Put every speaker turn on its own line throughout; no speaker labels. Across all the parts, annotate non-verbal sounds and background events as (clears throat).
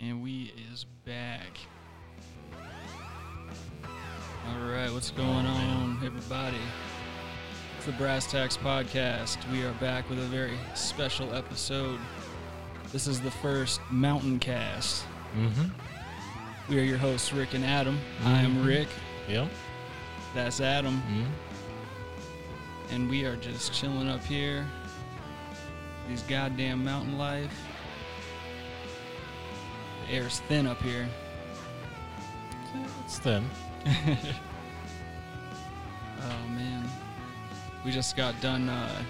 And we is back. Alright, what's going on, everybody? It's the Brass Tax Podcast. We are back with a very special episode. This is the first Mountain Cast.
Mm-hmm.
We are your hosts, Rick and Adam. I am
Mhm.
Rick.
Yep.
That's Adam.
Mm-hmm.
And we are just chilling up here. These goddamn mountain life. The air's thin up here.
It's thin.
Oh man, we just got done uh,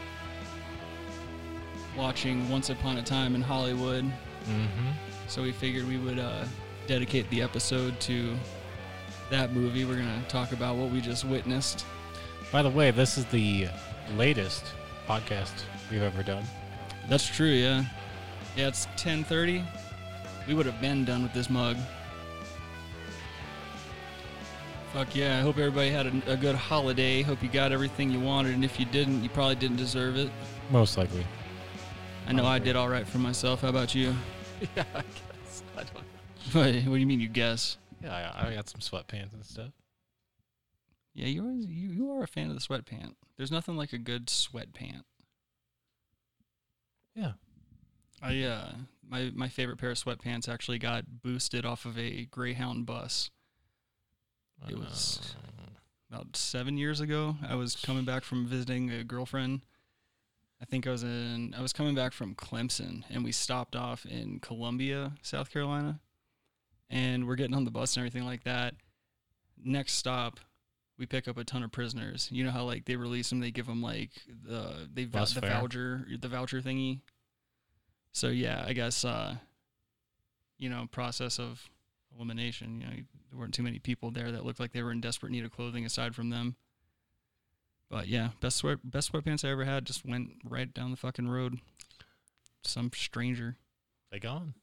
watching Once Upon a Time in Hollywood,
Mm-hmm.
so we figured we would uh, dedicate the episode to that movie. We're gonna talk about what we just witnessed.
By the way, this is the latest podcast we've ever done.
That's true, yeah. Yeah, it's 10:30. We would have been done with this mug. Fuck yeah! I hope everybody had a, a good holiday. Hope you got everything you wanted, and if you didn't, you probably didn't deserve it. (laughs)
Most likely.
I know I
Probably.
did all right for myself. How about you? (laughs)
yeah, I guess. I don't.
What, what do you mean you guess?
Yeah, I, I got some sweatpants and stuff.
Yeah, you always, you you are a fan of the sweat pant. There's nothing like a good sweat pant.
Yeah.
I uh my my favorite pair of sweatpants actually got boosted off of a Greyhound bus It was- about 7 years ago. I was coming back from visiting a girlfriend. I think I was in I was coming back from Clemson and we stopped off in Columbia, South Carolina. And we're getting on the bus and everything like that. Next stop, we pick up a ton of prisoners. You know how like they release them, they give them like the they vou-
Bus
the
fare.
voucher the voucher thingy. So yeah, I guess uh, you know process of elimination. You know, there weren't too many people there that looked like they were in desperate need of clothing aside from them. But yeah, best sweat best sweatpants I ever had just went right down the fucking road. Some stranger.
They gone.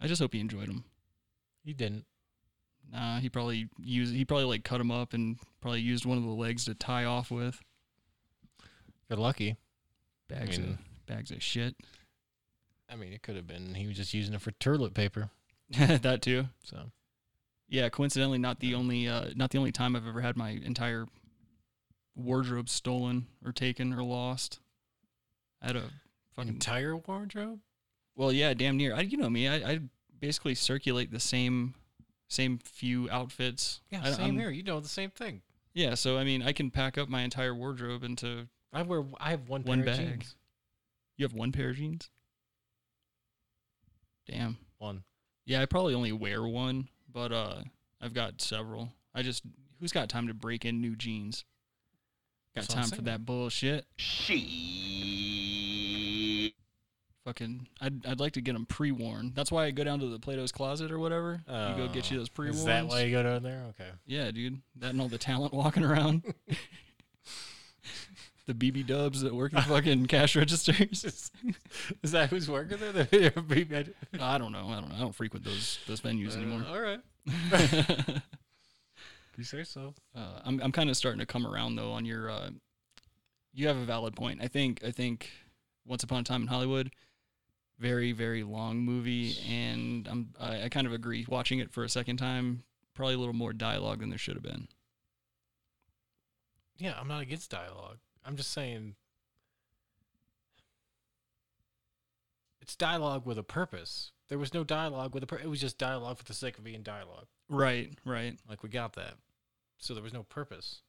I just hope he enjoyed them.
You didn't.
Nah, he probably used he probably like cut them up and probably used one of the legs to tie off with.
You're lucky.
Bags
mean-
of bags of shit. (laughs)
I mean, it could have been. He was just using it for toilet paper.
that too.
So
Yeah, coincidentally, not the only uh, not the only time I've ever had my entire wardrobe stolen or taken or lost. I had a fucking
entire wardrobe.
well, yeah, damn near. I, you know me. I, I basically circulate the same same few outfits.
Yeah,
I,
same
I'm-
here. You know the same thing.
Yeah, so I mean, I can pack up my entire wardrobe into.
I wear. I have one pair
One
of
bag.
jeans.
You have one pair of jeans. Damn.
One.
Yeah, I probably only wear one, but uh I've got several. I just who's got time to break in new jeans? Got
That's what I'm
time for
saying.
that bullshit.
She.
Fucking I'd I'd like to get them pre-worn. That's why I go down to the Plato's closet or whatever. you go get you
Oh,
those pre-worn.
Is that why you go down there? Okay.
(laughs) Yeah, dude. That and all the talent (laughs) walking around. the BB dubs that work the fucking cash
(laughs)
registers.
Is that who's working
(laughs)
there? The
I don't know. I don't know. I don't frequent those those venues anymore.
Uh, all right. (laughs)
(laughs)
You say so.
Uh, I'm I'm kind of starting to come around though on your. Uh, you have a valid point. I think I think Once Upon a Time in Hollywood, very very long movie, and I'm I, I kind of agree. Watching it for a second time, probably a little more dialogue than there should have been.
Yeah, I'm not against dialogue. I'm just saying it's dialogue with a purpose. There was no dialogue with a pur- it was just dialogue for the sake of being dialogue.
Right, right.
Like we got that. So there was no purpose.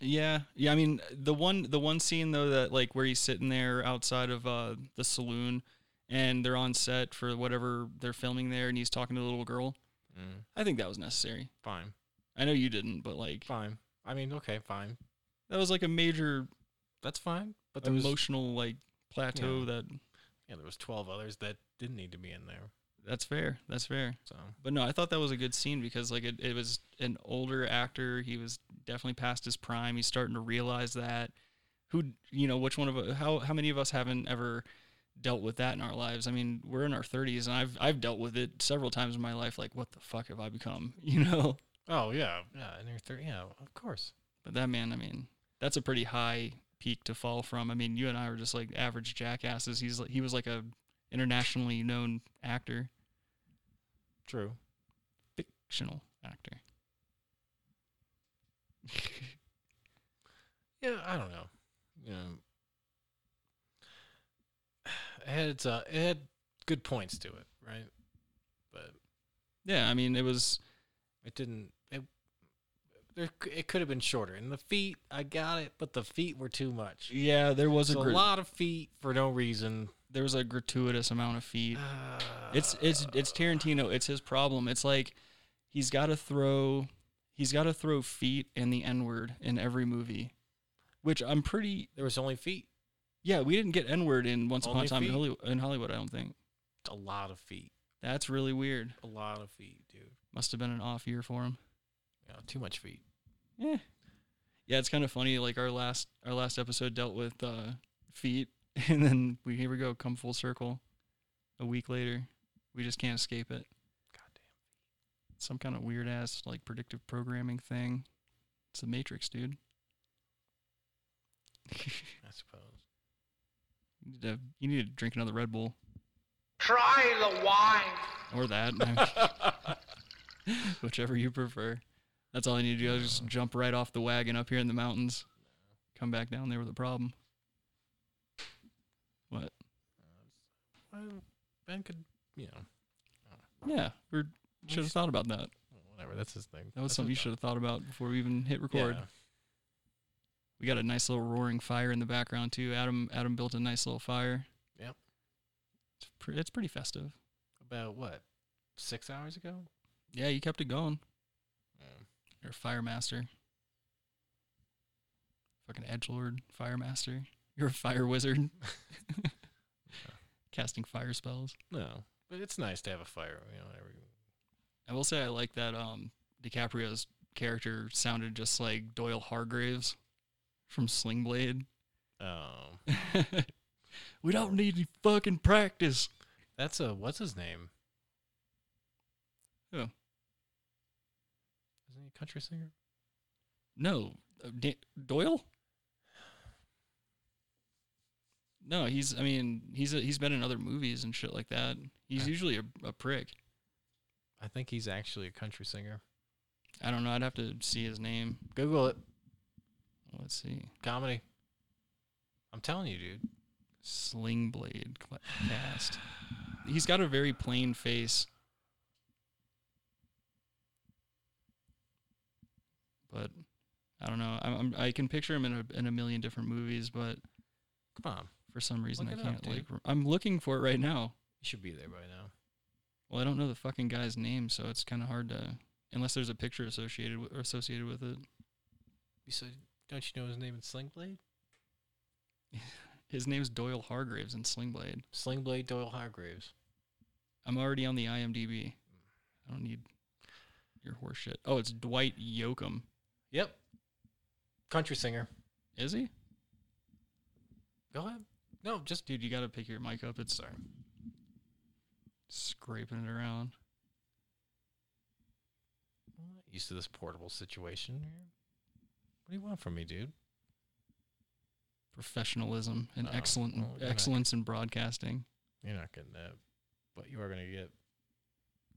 Yeah, yeah. I mean, the one the one scene though that like where he's sitting there outside of uh, the saloon, and they're on set for whatever they're filming there, and he's talking to the little girl. I think that was necessary.
Mm, Fine.
I know you didn't, but like
Fine. I mean, okay, fine.
that was like a major
That's fine. But there was
emotional like plateau
Yeah.
that
yeah, there was 12 others that didn't need to be in there.
that's fair that's fair
So
but no i thought that was a good scene because like it, it was an older actor he was definitely past his prime he's starting to realize that who you know which one of how how many of us haven't ever dealt with that in our lives i mean we're in our 30s and i've i've dealt with it several times in my life like what the fuck have i become (laughs) you know
Oh, yeah. Yeah, and there three. Yeah, of course.
but that man i mean that's a pretty high peak to fall from i mean you and i were just like average jackasses he's like he was like a internationally known actor
True.
Fictional actor. (laughs)
Yeah, I don't know. You know, it had its, uh, it had good points to it, right? But
yeah, I mean, it was.
it didn't. It there, c- it could have been shorter. And the feet, I got it, but the feet were too much.
Yeah, there was
It's
a,
a
gr-
lot of feet for no reason.
there was a gratuitous amount of feet.
Uh,
It's it's it's Tarantino. It's his problem. It's like he's got to throw he's got to throw feet and the N word in every movie, which I'm pretty
there was only feet,
yeah. We didn't get N word in Once Upon
Only
a Time in
feet?
Hollywood, in Hollywood. I don't think
a lot of feet,
that's really weird.
a lot of feet, dude.
Must have been an off year for him.
Yeah, too much feet. Eh.
Yeah, yeah. It's kind of funny. Like our last our last episode dealt with uh, feet, (laughs) and then we here we go come full circle. A week later, we just can't escape it.
Goddamn.
some kind of weird ass like predictive programming thing. It's the Matrix, dude.
I suppose.
You need to, you need to drink another Red Bull
Try the wine.
or that,
(laughs)
(laughs) whichever you prefer. That's all I need to do. I just jump right off the wagon up here in the mountains, come back down there with a problem. What?
Well, Ben could, you know,
Yeah, we should have thought about that.
whatever. That's his thing.
That was
That's
something you
his
should have thought about before we even hit
job.
record.
Yeah.
We got a nice little roaring fire in the background too. Adam Adam built a nice little fire.
Yep.
It's, pre- it's pretty festive.
About what? Six hours ago?
Yeah, you kept it going.
Yeah.
You're a fire master. Fucking edgelord, fire master. (laughs) You're a fire
(laughs)
wizard. (laughs) Casting fire spells.
No, but it's nice to have a fire. You know, whenever you-
I will say I like that um DiCaprio's character sounded just like Doyle Hargraves from Sling Blade.
Oh,
(laughs) we don't need any fucking practice.
that's a what's his name?
Who?
Isn't he a country singer?
No, uh, D- Doyle. No, he's. I mean, he's a, he's been in other movies and shit like that. He's
Okay.
usually a, a prick.
I think he's actually a country singer.
I don't know. I'd have to see his name.
Google it.
Let's see.
Comedy. I'm telling you, dude.
Sling Blade cla- cast. He's got a very plain face. But I don't know. I'm, I'm, I can picture him in a, in a million different movies, but
Come on,
for some reason
Look
I
it up,
can't
dude.
like. rem- I'm looking for it right now.
you should be there by now.
Well, I don't know the fucking guy's name, so it's kind of hard to unless there's a picture associated with, or associated with it.
You said, don't you know his name in Slingblade?
His name's Doyle Hargraves in Slingblade.
Slingblade Doyle Hargraves.
I'm already on the IMDb. I don't need your horse shit. Oh, it's Dwight Yoakam.
Yep. Country singer.
Is he?
Go ahead. No, just
Dude, you got to pick your mic up. It's
Sorry.
scraping it around.
I'm not used to this portable situation here. What do you want from me, dude?
Professionalism and
Oh,
excellent
well, you're not-
excellence in broadcasting.
You're not getting that, but you are going to get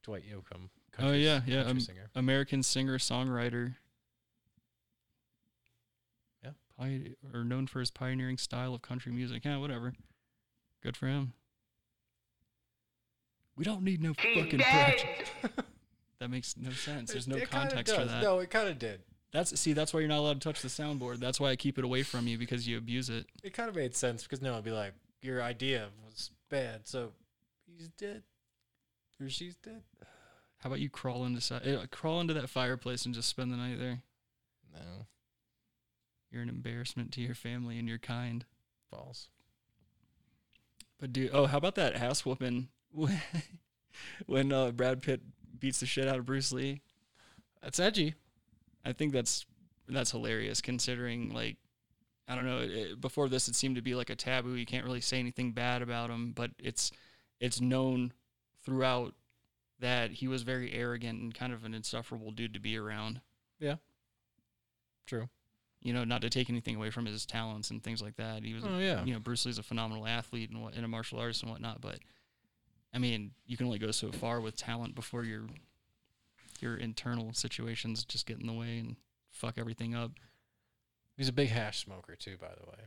Dwight Yoakam.
oh
s-
yeah, yeah.
country
um,
singer.
American singer songwriter.
Yeah.
Pioneer, or known for his pioneering style of country music. Yeah, whatever. Good for him. We don't need no
He's
fucking
dead.
practice. (laughs) That makes no sense. There's
It-
no
it kinda
context for
does.
that.
No, it kind of did.
That's see, that's why you're not allowed to touch the soundboard. That's why I keep it away from you because you abuse it.
It kind of made sense because no, it'd be like your idea was bad, so he's dead or she's dead.
How about you crawl into si- eh, crawl into that fireplace and just spend the night there?
No,
You're an embarrassment to your family and your kind.
false.
But dude, oh, how about that ass whooping (laughs) when, when uh, Brad Pitt beats the shit out of Bruce Lee?
That's edgy.
I think that's that's hilarious considering like I don't know. It, it- before this, it seemed to be like a taboo. You can't really say anything bad about him, but it's it's known throughout that he was very arrogant and kind of an insufferable dude to be around.
True.
You know, not to take anything away from his talents and things like that. He was a
Oh yeah.
you know Bruce Lee's a phenomenal athlete and what and a martial artist and whatnot, but I mean, you can only go so far with talent before your your internal situations just get in the way and fuck everything up.
He's a big hash smoker too, by the way.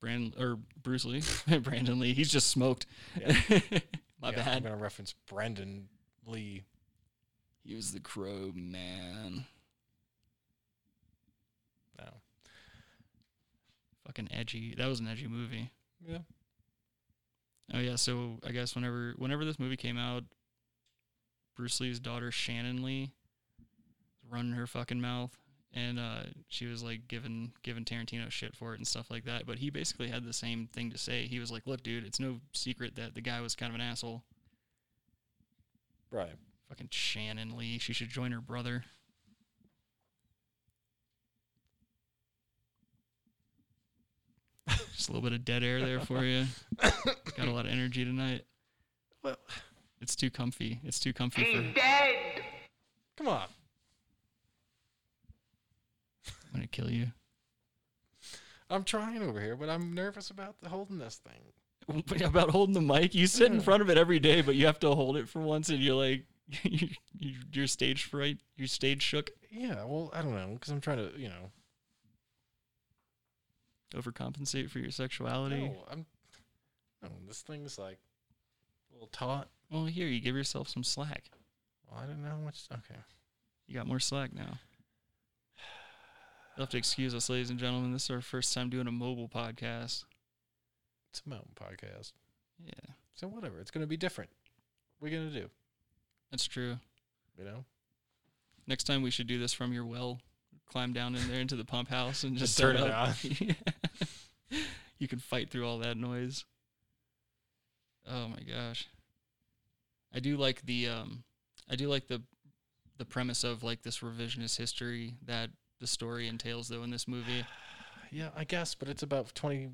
Brandon or Bruce Lee, (laughs) Brandon Lee, he's just smoked. (laughs) My
Yeah, I'm
bad.
gonna reference Brendan Lee.
He was the crow man.
No.
Fucking edgy. That was an edgy movie.
Yeah.
Oh yeah, so I guess whenever whenever this movie came out, Bruce Lee's daughter Shannon Lee was running her fucking mouth and uh, she was like giving giving Tarantino shit for it and stuff like that. But he basically had the same thing to say. He was like, Look, dude, it's no secret that the guy was kind of an asshole.
Right.
Fucking Shannon Lee, she should join her brother. (laughs) Just a little bit of dead air there for (laughs) you. Got a lot of energy tonight.
Well, (sighs)
It's too comfy. It's too comfy for
He dead.
come on.
I'm gonna kill you.
I'm trying over here, but I'm nervous about the holding this thing.
About holding the mic, you sit in front of it every day, but you have to hold it for once, and you're like, (laughs) you, you, your stage fright, your stage shook.
Yeah. Well, I don't know because I'm trying to, you know.
Overcompensate for your sexuality.
No, I'm. No, this thing's like a little taut.
Well, here you give yourself some slack.
Well, I don't know how much. Okay.
You got more slack now. You'll have to excuse us, ladies and gentlemen. This is our first time doing a mobile podcast.
It's a mountain podcast,
Yeah,
so whatever. It's gonna be different. We're gonna do.
that's true.
You know.
Next time we should do this from your well. Climb down in there into the pump house and (laughs) just,
Just
turn
turn it
it (laughs) on. you can fight through all that noise. Oh my gosh. I do like the um I do like the the premise of like this revisionist history that the story entails though in this movie.
Yeah, I guess, but it's about 20,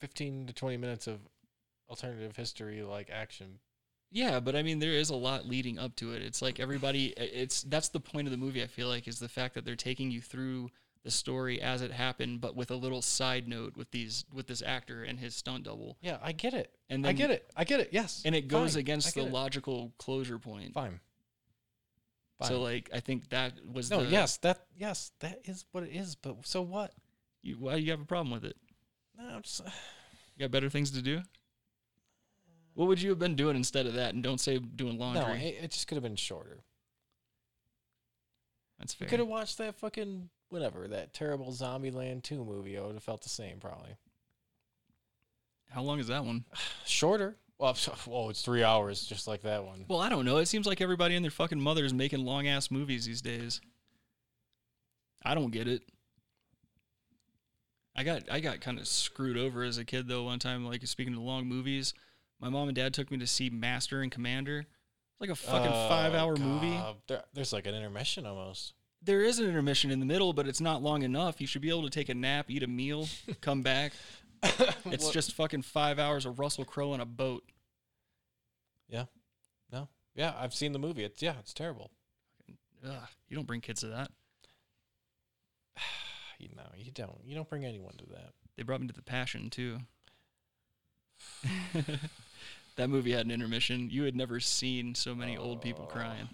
15 to 20 minutes of alternative history like action.
Yeah, but I mean, there is a lot leading up to it. It's like everybody. It's that's the point of the movie. I feel like is the fact that they're taking you through the story as it happened, but with a little side note with these with this actor and his stunt double,
Yeah, I get it.
and
I get it. I get it. Yes.
and it goes
Fine. I
against the
get it.
logical closure point.
Fine. Fine.
So like, I think that was
no,
the,
yes, that yes, that is what it is, but so what?
You, why do you have a problem with it?
No, I'm just
You got better things to do. What would you have been doing instead of that? And don't say doing laundry.
No, it, it just could have been shorter.
that's
We
fair.
could have watched that fucking whatever, that terrible Zombieland 2 movie. I would have felt the same probably.
How long is that one?
Shorter. Well, well, it's 3 hours just like that one.
Well, I don't know. It seems like everybody and their fucking mother is making long ass movies these days. I don't get it. I got I got kind of screwed over as a kid though. One time, like speaking of long movies, my mom and dad took me to see Master and Commander. It's like a fucking
Oh,
five hour movie.
God. There, there's like an intermission (laughs) almost.
There is an intermission in the middle, but it's not long enough. You should be able to take a nap, eat a
(laughs)
meal, come back. It's
What-
just fucking five hours of Russell Crowe on a boat.
No. Yeah, I've seen the movie. It's yeah, it's terrible. (sighs)
Ugh, you don't bring kids to that.
You know, you don't. You don't bring anyone to that.
They brought me to the Passion too. (laughs) that movie had an intermission. You had never seen so many old people
Oh.
crying.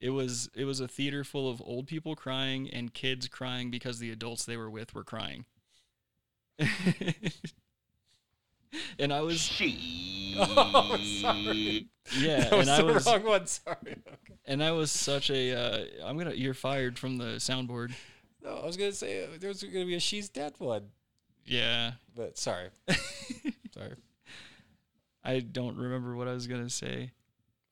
It was it was a theater full of old people crying and kids crying because the adults they were with were crying. (laughs) and I was
She.
(laughs) Oh, sorry.
yeah,
(laughs) that
Mm.
was
and I
the
was
wrong one. Sorry. Okay.
and I was such a uh, I'm gonna you're fired from the soundboard.
No, I was gonna say uh, there was gonna be a she's dead one,
Yeah,
but sorry. sorry.
I don't remember what I was gonna say.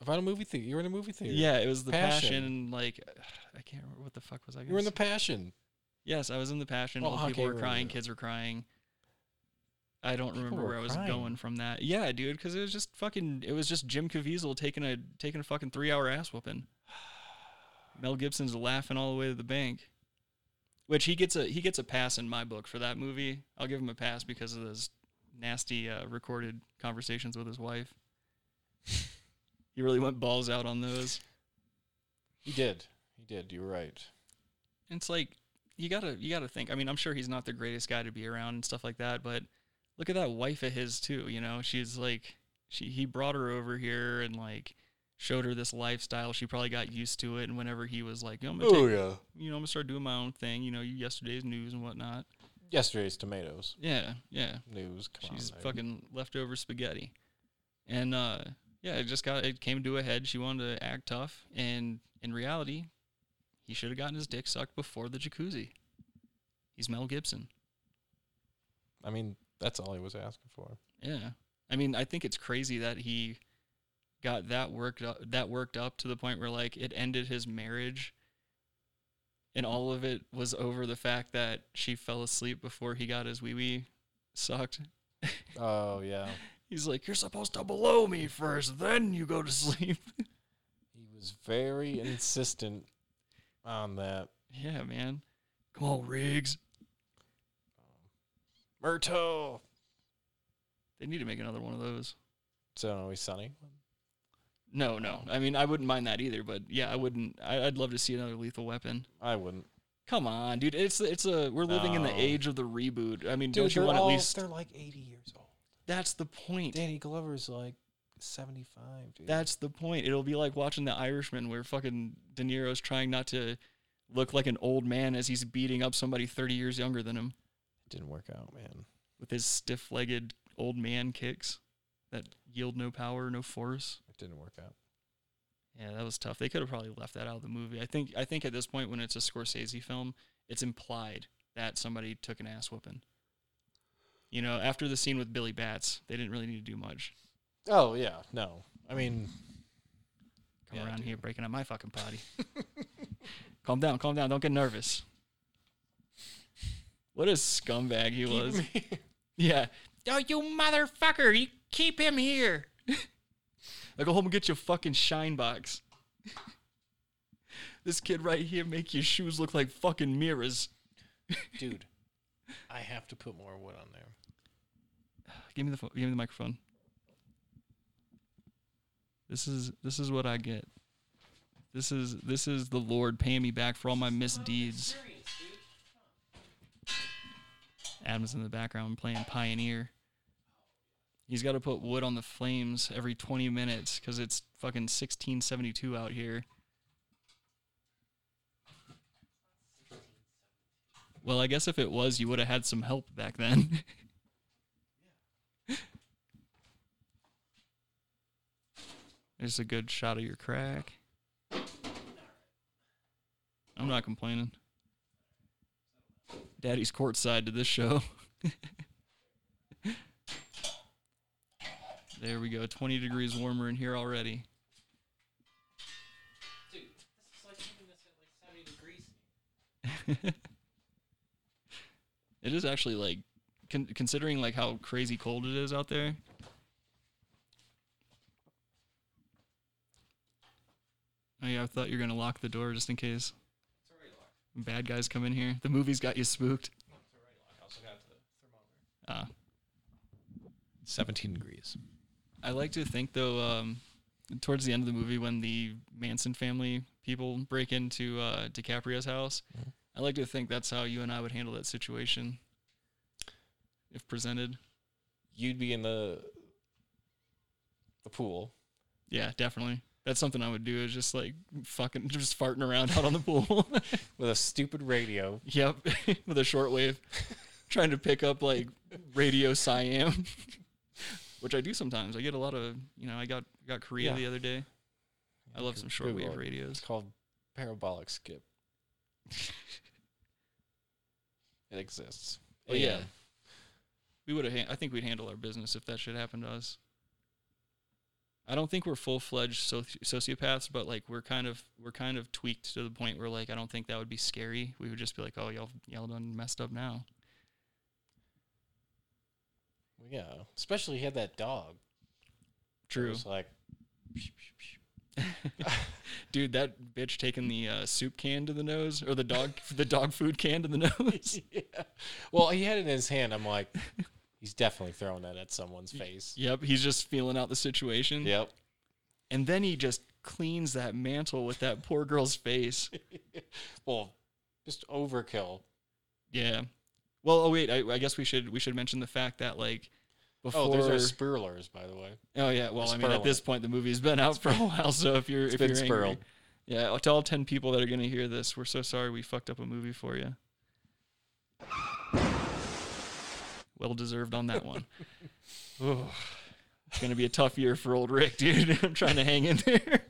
About a movie theater. You were in a movie theater.
Yeah, it was the passion.
Passion.
and like (sighs) I can't remember what the fuck was I.
You were in
gonna
the passion.
Yes, I was in the passion.
Oh,
Old people
okay,
were
right,
crying,
right.
kids were crying. I don't
People
remember
were
where I was
crying.
going from that. Yeah, dude, because it was just fucking. It was just Jim Caviezel taking a taking a fucking three hour ass
(sighs)
whooping. Mel Gibson's laughing all the way to the bank, which he gets a he gets a pass in my book for that movie. I'll give him a pass because of those nasty uh, recorded conversations with his
(laughs)
wife. he really went balls out on those.
He did. He did. You were right.
it's like you gotta you gotta think. I mean, I'm sure he's not the greatest guy to be around and stuff like that, but look at that wife of his too. You know, she's like she he brought her over here and like showed her this lifestyle. She probably got used to it. And whenever he was like, I'm gonna take,
Oh, yeah.
you know, I'm gonna start doing my own thing. You know, yesterday's news and whatnot.
Yesterday's tomatoes
Yeah, yeah.
news. Come
She's
on, there.
fucking leftover spaghetti. And uh yeah, it just got it came to a head. She wanted to act tough and in reality, he should have gotten his dick sucked before the jacuzzi. He's Mel Gibson.
I mean, that's all he was asking for.
Yeah. I mean, I think it's crazy that he got that worked up that worked up to the point where like it ended his marriage and all of it was over the fact that she fell asleep before he got his wee wee sucked.
Oh yeah,
He's like, You're supposed to blow me first, then you go to (laughs) sleep.
he was very insistent on that.
yeah, man. Come on, Riggs.
Myrtle.
They need to make another one of those.
So always sunny.
No, no. I mean, I wouldn't mind that either, but yeah, I wouldn't. I, I'd love to see another Lethal Weapon.
I wouldn't.
Come on, dude. It's it's a we're living in the
No.
age of the reboot. I mean, don't you want at least
They're like 80 years old.
that's the point.
Danny Glover's like 75, dude.
That's the point. It'll be like watching The Irishman, where fucking De Niro's trying not to look like an old man as he's beating up somebody thirty years younger than him
didn't work out, man.
with his stiff-legged old man kicks that yield no power, no force.
It didn't work out.
Yeah, that was tough. They could have probably left that out of the movie. I think I think at this point when it's a Scorsese film, it's implied that somebody took an ass whooping. You know, after the scene with Billy Bats, they didn't really need to do much.
Oh yeah, no. I mean,
Come
Yeah,
around
dude.
here breaking up my fucking potty. (laughs) calm down, calm down. Don't get nervous. What a scumbag he was. Yeah. Oh, you motherfucker! You keep him here. (laughs) I go home and get your fucking shine box. (laughs) this kid right here make your shoes look like fucking mirrors.
(laughs) dude, I have to put more wood on there.
Give me the phone. Give me the microphone. This is this is what I get. This is this is the Lord paying me back for all my misdeeds. Adam's in the background playing Pioneer. He's got to put wood on the flames every 20 minutes because it's fucking 1672 out here. Well, I guess if it was, you would have had some help back then. (laughs) There's a good shot of your crack. I'm not complaining. Daddy's courtside to this show. (laughs) there we go. 20 degrees warmer in here already. (laughs)
Dude, this is like something that's at like 70 degrees.
It is actually like, con- considering like how crazy cold it is out there. Oh yeah, I thought you were gonna lock the door just in case
It's already locked.
bad guys come in here. The movie's got you spooked.
It's already locked. I also got the thermometer.
Ah.
17 degrees.
I like to think though, um, towards the end of the movie when the Manson family people break into uh, DiCaprio's house, I like to think that's how you and I would handle that situation if presented.
You'd be in the the pool.
Yeah, definitely. That's something I would do is just like fucking just farting around (laughs) out on the pool.
with a stupid radio.
yep, (laughs) with a
(laughs)
shortwave, trying to pick up like radio Siam, (laughs) which I do sometimes. I get a lot of you know I got got Korea
Yeah.
the other day. I love some
Good
shortwave
Lord.
radios.
It's called
(laughs)
parabolic skip. it exists.
Oh, yeah.
AM.
We would have. Han- I think we'd handle our business if that shit happened to us. I don't think we're full fledged soci- sociopaths, but like we're kind of we're kind of tweaked to the point where like I don't think that would be scary. We would just be like, oh y'all y'all done messed up now.
Well, yeah. Especially he had that dog. that
True,
was like (laughs)
dude. That bitch taking the uh, soup can to the nose or the dog (laughs) the dog food can to the (laughs) nose.
yeah. Well, he had it in his hand. I'm like, he's definitely throwing that at someone's
(laughs)
face.
Yep, he's just feeling out the situation.
Yep. (laughs)
and then he just cleans that mantle with that poor girl's face.
Well, just overkill.
Yeah. Well, oh wait, I, I guess we should we should mention the fact that like before.
Oh, those are spurlers, by the way.
oh, yeah. Well, I mean, at
spurling.
this point, the movie's been out for a while, so if you're
It's
if
been
you're angry-
spurled.
yeah, to all ten people that are gonna hear this, we're so sorry we fucked up a movie for you. Well deserved on that
(laughs)
one. Ooh. It's gonna be a tough year for old Rick, dude. (laughs) I'm trying to hang in there.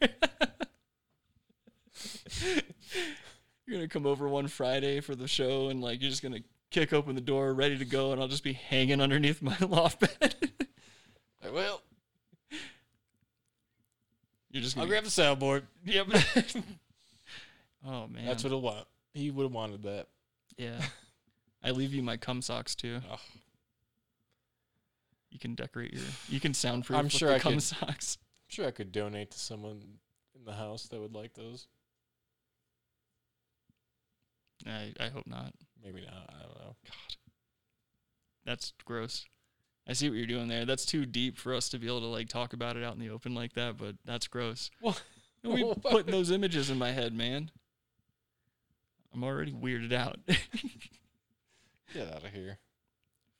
(laughs) you're gonna come over one Friday for the show, and like you're just gonna kick open the door, ready to go, and I'll just be hanging underneath my (laughs) loft bed.
I will.
you're just
I'll
gonna (laughs)
grab the soundboard. (laughs)
Yep. oh man,
That's what he'll want. He would have wanted that.
Yeah.
(laughs)
I leave you my cum socks too.
Ugh.
You can decorate your. You can soundproof.
I'm
with
sure
the
I
cum
could-
socks. (laughs)
I'm sure I could donate to someone in the house that would like those.
I, I hope not.
Maybe not. I don't know.
That's gross. I see what you're doing there. That's too deep for us to be able to like talk about it out in the open like that. But that's gross.
Well,
we
(laughs) what?
putting those images in my head, man. I'm already weirded out. (laughs)
Get out of here.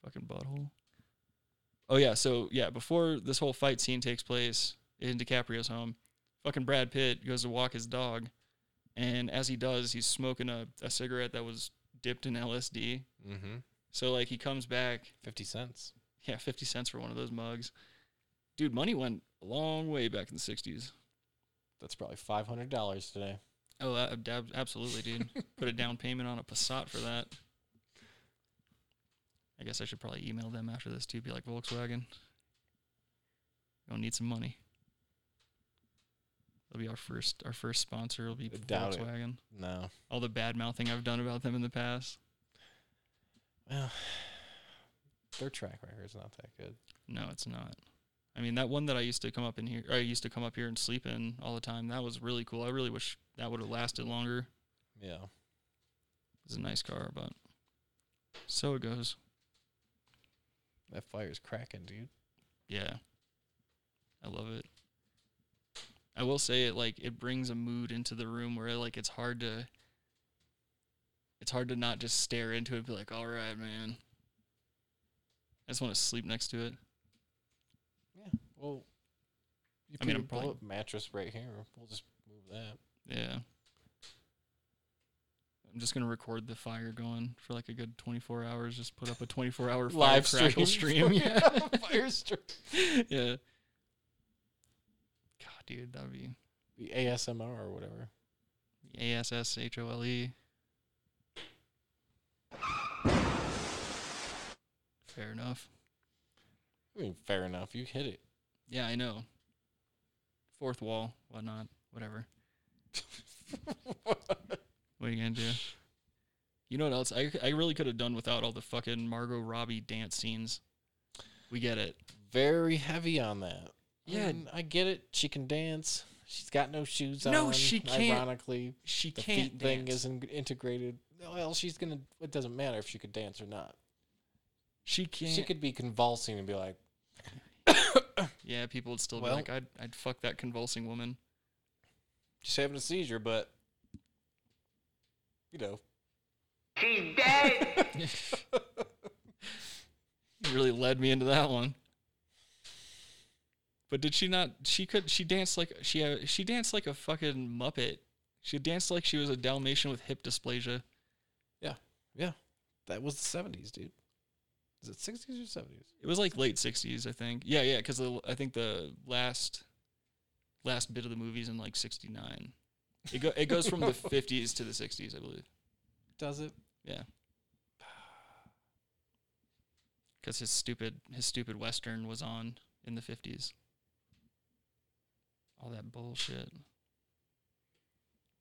Fucking butthole. Oh yeah, so yeah, before this whole fight scene takes place in DiCaprio's home, fucking Brad Pitt goes to walk his dog, and as he does, he's smoking a, a cigarette that was dipped in LSD.
Mm-hmm.
So like he comes back,
50 cents.
yeah, fifty cents for one of those mugs. Dude, money went a long way back in the sixties.
That's probably $500 today.
Oh, a- ab- absolutely, dude. Put a down payment on a Passat for that. I guess I should probably email them after this too. Be like Volkswagen, gonna need some money. That'll be our first. Our first sponsor will be
I doubt it.
Volkswagen.
No.
All the bad mouthing I've done about them in the past.
Well, their track record's not that good.
No, it's not. I mean, that one that I used to come up in here, or I used to come up here and sleep in all the time. That was really cool. I really wish that would have lasted longer.
Yeah.
It's a nice car, but so it goes.
That fire's cracking, dude.
Yeah. I love it. I will say it like it brings a mood into the room where like it's hard to it's hard to not just stare into it and be like, all right, man. I just want to sleep next to it.
Yeah. Well, you
I mean,
put
I'm
a
probably-
bullet mattress right here. We'll just move that.
Yeah. I'm just gonna record the fire going for like a good 24 hours. Just put up a 24 hour fire
Live
crackle
stream.
stream. (laughs) Yeah.
(laughs) Fire stream.
yeah. God, dude, that would be
The ASMR or whatever.
A S S H O L E. Fair enough.
I mean, fair enough. You hit it. (laughs)
Yeah, I know. Fourth wall, whatnot, whatever. What are you gonna do? You know what else? I I really could have done without all the fucking Margot Robbie dance scenes. We get it.
Very heavy on that.
Yeah.
I, mean, I get it. She can dance. She's got no shoes on.
No, she can't.
Ironically,
She
the
can't
feet thing
dance.
isn't integrated. Well, she's gonna. It doesn't matter if she could dance or not.
She can't.
She could be convulsing and be like,
yeah, people would still
Well-
be like, I'd I'd fuck that convulsing woman.
she's having a seizure, but you know,
She's dead.
(laughs) you really led me into that one. But did she not? She could. She danced like she. uh, She danced like a fucking muppet. She danced like she was a Dalmatian with hip dysplasia.
that was the seventies, dude. Is it sixties or seventies?
It was like late sixties, I think. Yeah, yeah, because I think the last last bit of the movie's in like sixty nine. It go, it goes from the fifties to the sixties, I believe.
Does it?
Yeah. Because his stupid his stupid western was on in the fifties. All that bullshit.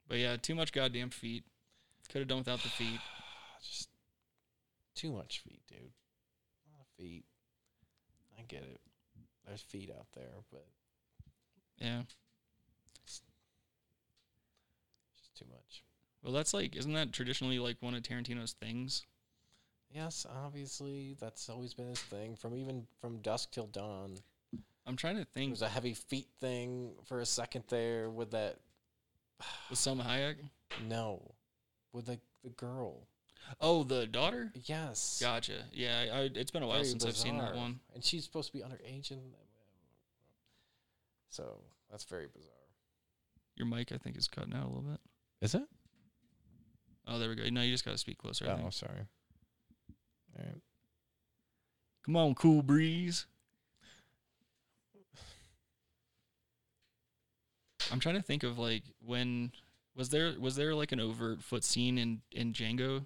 But yeah, too much goddamn feet. Could have done without the feet.
(sighs) Just too much feet, dude. A lot of feet. I get it. There's feet out there, but
Yeah.
just too much.
Well, that's like, isn't that traditionally like one of Tarantino's things?
Yes, obviously that's always been his thing. From even from dusk till dawn,
I'm trying to
there
think.
was a heavy feet thing for a second there with that.
Was Selma Hayek?
No, with the the girl.
Oh, the daughter.
Yes.
Gotcha. Yeah, I, it's been a while
Very
since I've seen that
bizarre.
one.
And she's supposed to be underage, and so that's very bizarre.
Your mic, I think, is cutting out a little bit.
Is it?
Oh, there we go. No, you just got to speak closer. I
Oh,
think.
sorry. All right.
Come on, cool breeze. I'm trying to think of like when was there was there like an overt foot scene in in Django?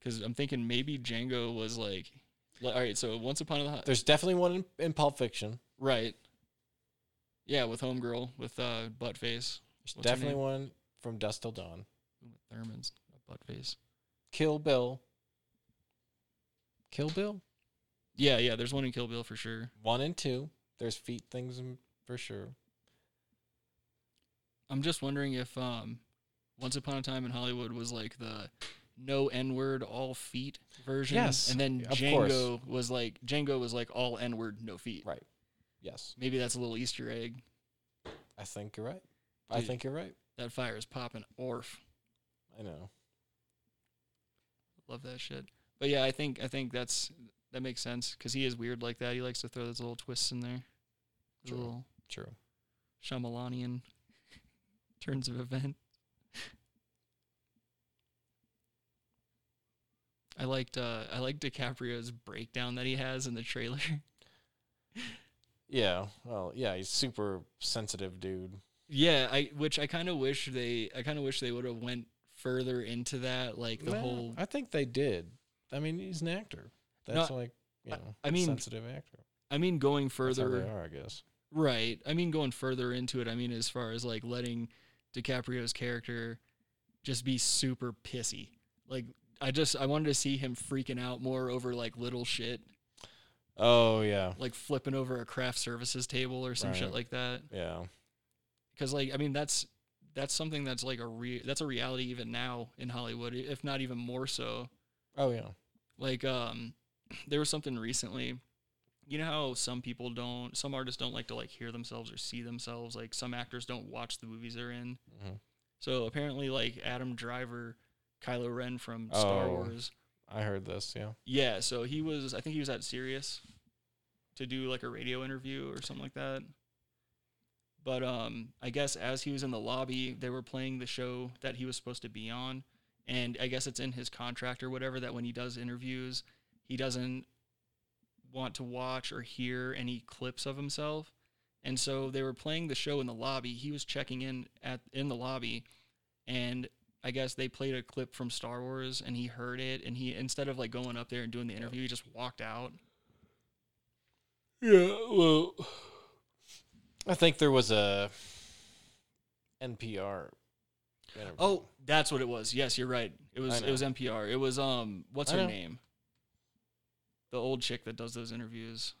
Because I'm thinking maybe Django was like, li- all right. So once upon a Hi-
There's definitely one in, in Pulp Fiction.
right, yeah, with Homegirl with uh, Buttface
There's
What's her
definitely
name?
one from Dust Till Dawn.
Thurman's not Buttface.
Kill Bill. Kill Bill.
Yeah, yeah. There's one in Kill Bill for sure.
One and two. There's feet things in- for sure.
I'm just wondering if um, Once Upon a Time in Hollywood was like the no N word, all feet version.
Yes,
And then
of
Django was like Django was like all N word, no feet.
Right. Yes,
Maybe that's a little Easter egg.
I think you're right. I
Dude.
think you're right.
That fire is popping. Orf.
I know.
Love that shit. But yeah, I think I think that's that makes sense because he is weird like that. He likes to throw those little twists in there. Those
True.
Little
True.
Shyamalanian turns of event. I liked uh I liked DiCaprio's breakdown that he has in the trailer.
Yeah. Well, yeah. He's super sensitive, dude.
yeah, I which I kind of wish they I kind of wish they would have went further into that like the
Well,
whole
I think they did. I mean, he's an actor. That's like you
I-
know,
I mean,
sensitive actor.
I mean going
That's how
further
they are, I guess.
Right. I mean, going further into it, I mean, as far as like letting DiCaprio's character just be super pissy. Like, I just, I wanted to see him freaking out more over like little shit,
Oh yeah,
like flipping over a craft services table or some shit
Right.
like that.
yeah.
Cause, like, I mean, that's, that's something that's like a re- that's a reality even now in Hollywood, i- if not even more so.
Oh yeah.
Like, um, (clears throat) there was something recently. You know how some people don't, some artists don't like to like hear themselves or see themselves. Like some actors don't watch the movies they're in.
Mhm.
So apparently, like Adam Driver, Kylo Ren from Star
Oh.
Wars.
I heard this. Yeah.
Yeah, so he was. I think he was at Sirius to do like a radio interview or something like that. But um, I guess as he was in the lobby, they were playing the show that he was supposed to be on, and I guess it's in his contract or whatever that when he does interviews, he doesn't want to watch or hear any clips of himself. And so they were playing the show in the lobby. He was checking in at in the lobby, and I guess they played a clip from Star Wars, and he heard it, and he instead of like going up there and doing the interview, he just walked out.
Yeah. Well, I think there was a NPR. interview.
Oh, that's what it was. Yes, you're right. It was
I
it was
know.
NPR. It was um, what's
I
her
know.
name? The old chick that does those interviews.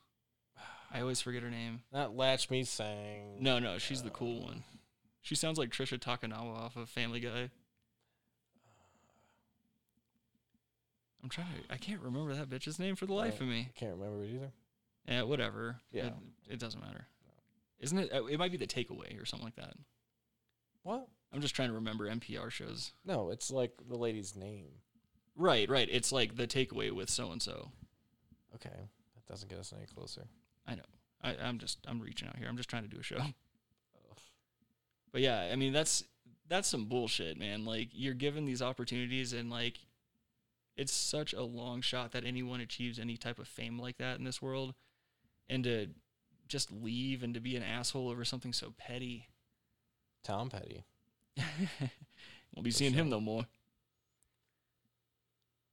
I always forget her name.
not Latch Me saying.
No, no, she's the cool one. She sounds like Trisha Takanawa off of Family Guy. I'm trying to. I can't remember that bitch's name for the life
Oh.
of me.
Can't remember it either.
Yeah, Eh, whatever.
Yeah.
It, it doesn't matter. Isn't it? uh, It might be the takeaway or something like that.
What?
I'm just trying to remember NPR shows.
No, it's like the lady's name.
Right, right. It's like the takeaway with so and so.
Okay, that doesn't get us any closer.
I know. I, I'm just I'm reaching out here. I'm just trying to do a show. (laughs) But yeah, I mean that's that's some bullshit, man. Like you're given these opportunities and like it's such a long shot that anyone achieves any type of fame like that in this world. And to just leave and to be an asshole over something so petty. (laughs)
Tom Petty.
Won't be
For
seeing him
sure.
no more.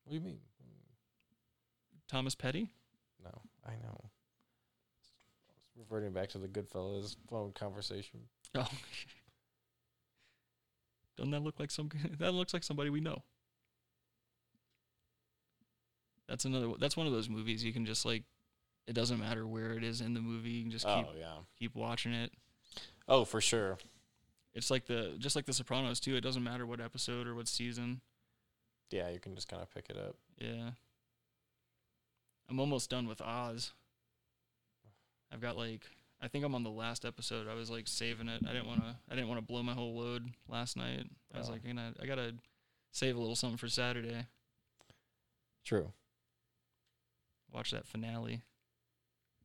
What do you mean?
Thomas Petty?
No, I know. Reverting back to the Goodfellas phone conversation.
(laughs) Oh. Doesn't that look like some? (laughs) That looks like somebody we know. That's another. one- That's one of those movies you can just like. It doesn't matter where it is in the movie. You can just keep
yeah.
keep watching it.
Oh, for sure.
It's like the just like the Sopranos too. It doesn't matter what episode or what season.
Yeah, you can just kind of pick it up.
Yeah. I'm almost done with Oz. I've got like I think I'm on the last episode. I was like saving it. I didn't want to. I didn't want to blow my whole load last night. I was
Oh.
like, you know, I gotta save a little something for Saturday.
True.
Watch that finale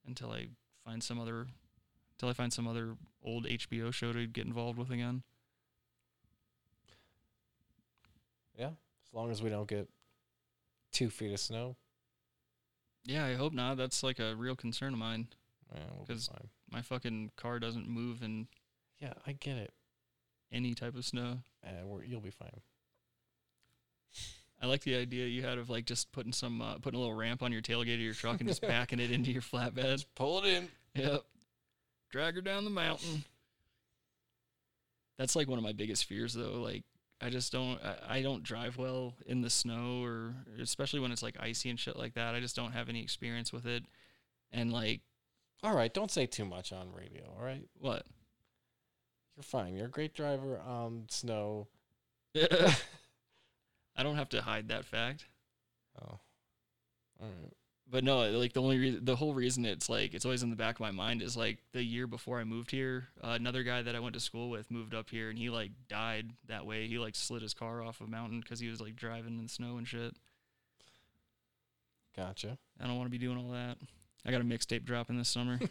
until I find some other, until I find some other old HBO show to get involved with again.
Yeah. As long as we don't get two feet of snow,
Yeah, I hope not. That's like a real concern of mine.
yeah, eh, we'll be
'Cause-
fine.
My fucking car doesn't move in
Yeah, I get it.
any type of snow.
Uh, we're, you'll be fine.
I like the idea you had of like just putting some uh, putting a little ramp on your tailgate of your truck and just backing it into your flatbed.
Pull it in.
Yep. Drag her down the mountain. That's like one of my biggest fears though. Like I just don't I, I don't drive well in the snow or especially when it's like icy and shit like that. I just don't have any experience with it. And like
All right. Don't say too much on radio. All right.
what? (laughs)
You're fine. You're a great driver on snow.
I don't have to hide that fact.
Oh. All right.
but no, like the only reason, the whole reason it's like it's always in the back of my mind is like the year before I moved here, uh, another guy that I went to school with moved up here and he like died that way. He like slid his car off a mountain because he was like driving in snow and shit.
Gotcha.
I don't want to be doing all that. I got a mixtape dropping this
(laughs)
summer. (laughs)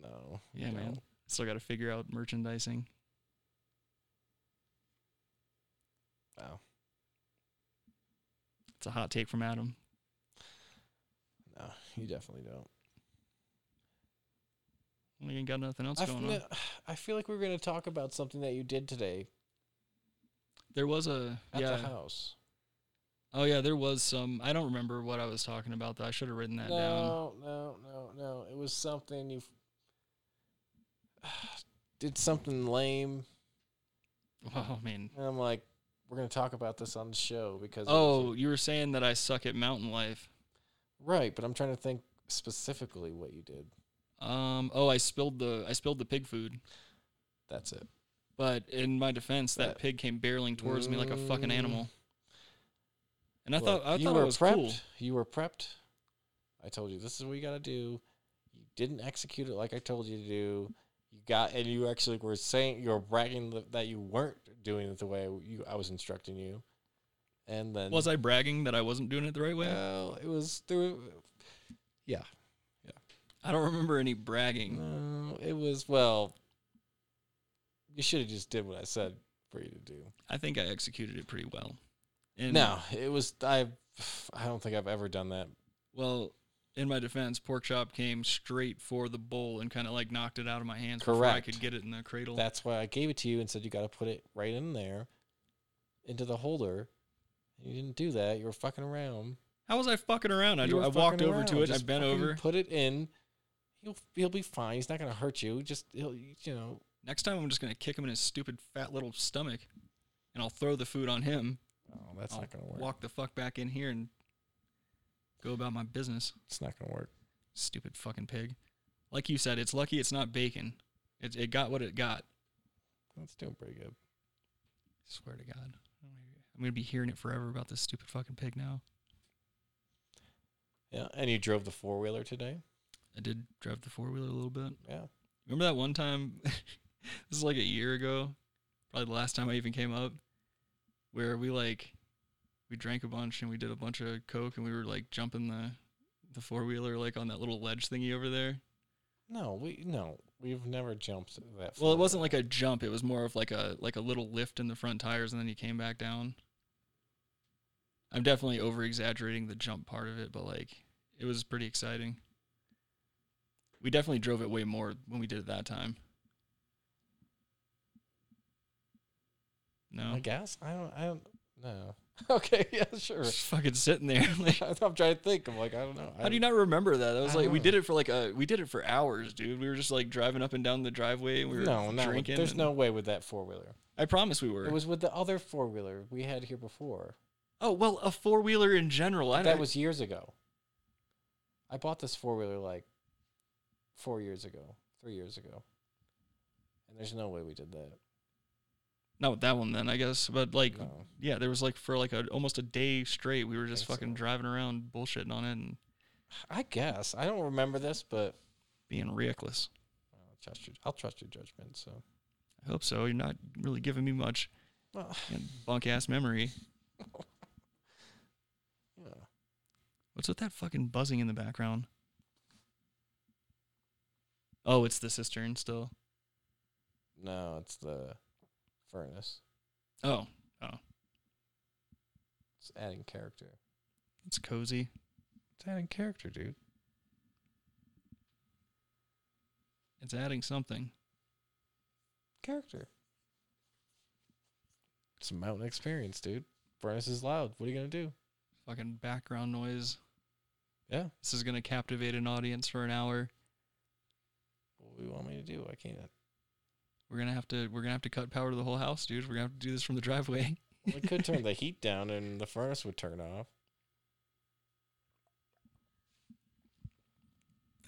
No. you
yeah, man.
don't.
Still got to figure out merchandising.
Wow.
It's a hot take from Adam.
No, you definitely don't.
We ain't got nothing else
I
going on.
feel, I feel like we are going to talk about something that you did today
There was a
at
yeah.
the house.
Oh yeah, there was some. I don't remember what I was talking about though. I should have written that (laughs) down.
No, no, no, no. It was something you (sighs) did something lame.
Oh man,
And I'm like, we're going to talk about this on the show because. it was-
Oh, you were saying that I suck at mountain life.
Right, but I'm trying to think specifically what you did.
Um. Oh, I spilled the I spilled the pig food.
That's it.
But in my defense, that
That-
pig came barreling towards me like a fucking
Mm.
animal. And I
Look,
thought I
you
thought
were
it was
prepped.
cool.
You were prepped. I told you this is what you gotta do. You didn't execute it like I told you to do. You got and you actually were saying you were bragging th- that you weren't doing it the way you I was instructing you. And then
Was I bragging that I wasn't doing it the right way?
well, it was through. Yeah,
I don't remember any bragging.
no, mm, it was well. You should have just did what I said for you to do.
I think I executed it pretty well. And
No, it was I. I don't think I've ever done that.
Well, in my defense, pork chop came straight for the bowl and kind of like knocked it out of my hands before I
Correct.
could get it in the cradle.
That's why I gave it to you and said you got to put it right in there, into the holder. You didn't do that. You were fucking around.
How was I fucking around? I,
You were
I walked
fucking
over to
around.
it. I
Just
bent
fucking
over.
Put it in. He'll he'll be fine. He's not gonna hurt you. Just he'll you know.
Next time, I'm just gonna kick him in his stupid fat little stomach, and I'll throw the food on him.
Oh, that's
I'll
not gonna work.
Walk the fuck back in here and go about my business.
It's not gonna work.
Stupid fucking pig. Like you said, it's lucky it's not bacon. It it got what it got.
That's doing pretty good.
Swear to God, I'm gonna be hearing it forever about this stupid fucking pig now.
Yeah, and you drove the four wheeler today.
I did drive the four wheeler a little bit.
Yeah.
Remember that one time? (laughs) this is like a year ago, probably the last time I even came up, where we like we drank a bunch and we did a bunch of coke and we were like jumping the the four wheeler like on that little ledge thingy over there.
No, we no, we've never jumped that.
Well,
four-wheeler.
it wasn't like a jump; it was more of like a like a little lift in the front tires and then you came back down. I'm definitely over exaggerating the jump part of it, but like it was pretty exciting. We definitely drove it way more when we did it that time. No.
I guess I don't. I don't. No. (laughs) Okay. Yeah. Sure.
Just fucking sitting there. (laughs)
(laughs)
Like,
I'm trying to think. I'm like I don't know.
how do you not remember that? That was
I
like we
don't
did it for like a we did it for hours, dude. We were just like driving up and down the driveway. and We were
no, no.
drinking.
There's
and-
no way with that four wheeler.
I promise we were.
It was with the other four wheeler we had here before.
oh well, a four wheeler in general. I
that
don't-
was years ago. I bought this four wheeler like four years ago, three years ago. And there's no way we did that.
not with that one then i guess but like
No.
yeah there was like for like a, almost a day straight we were just
think
fucking
so.
driving around bullshitting on it and
I guess. I don't remember this, but
being reckless.
I'll trust your, I'll trust your judgment. So,
I hope so. You're not really giving me much
well, (sighs)
bunk ass memory.
yeah.
What's with that fucking buzzing in the background? Oh, it's the cistern still.
No, it's the furnace.
Oh,
It's adding character.
it's cozy.
It's adding character, dude.
It's adding something.
Character. It's a mountain experience, dude. Furnace is loud. What are you gonna do?
Fucking background noise.
Yeah.
This is gonna captivate an audience for an hour.
What do you want me to do? I can't.
We're gonna have to. We're gonna have to cut power to the whole house, dude. We're gonna have to do this from the (laughs) driveway.
We could turn the heat down and the furnace would turn off.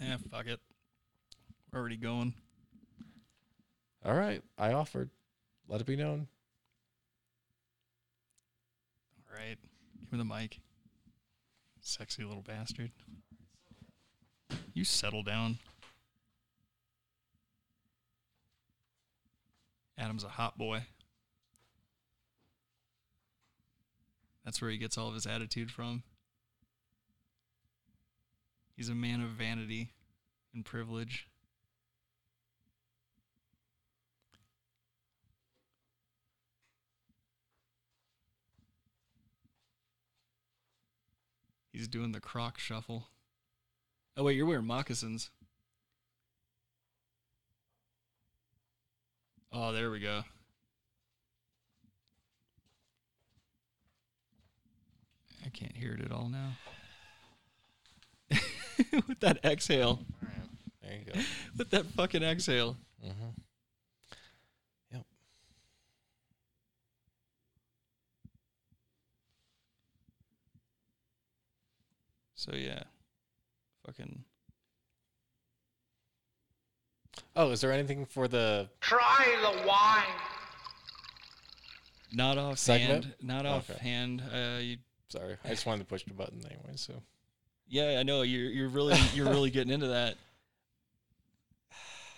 Yeah, fuck it. We're already going.
All right, I offered. Let it be known.
All right. Give me the mic. Sexy little bastard. You settle down. Adam's a hot boy. That's where he gets all of his attitude from. He's a man of vanity and privilege. He's doing the croc shuffle. Oh wait, you're wearing moccasins. Oh, there we go. I can't hear it at all now. (laughs) With that exhale.
There you go.
(laughs) With that fucking exhale.
Mm-hmm. Yep.
So yeah. Fucking
(laughs) Oh, is there anything for the?
Try the wine.
not offhand.
Segment?
Not
Okay.
offhand. Uh you
Sorry, I just wanted to push the button anyway. So
Yeah, I know. You're you're really you're really getting into that. (sighs)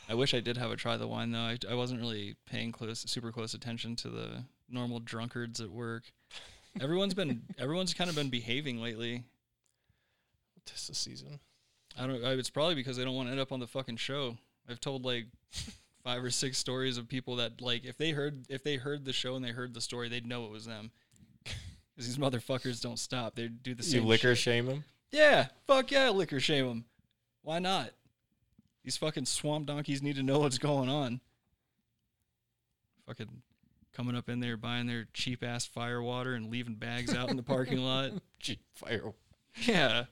I wish I did have a try the wine though. I, I wasn't really paying close super close attention to the normal drunkards at work. Everyone's been everyone's kind of been behaving lately.
this is season.
I don't. I, it's probably because they don't want to end up on the fucking show. I've told like five or six stories of people that like if they heard if they heard the show and they heard the story, they'd know it was them. (laughs) Because these motherfuckers don't stop. They do the
You
same.
liquor
shit.
shame him.
Yeah, fuck yeah, liquor shame them. Why not? These fucking swamp donkeys need to know what's going on. Fucking coming up in there buying their cheap ass fire water and leaving bags out in the parking lot.
(laughs) Gee, fire.
Yeah,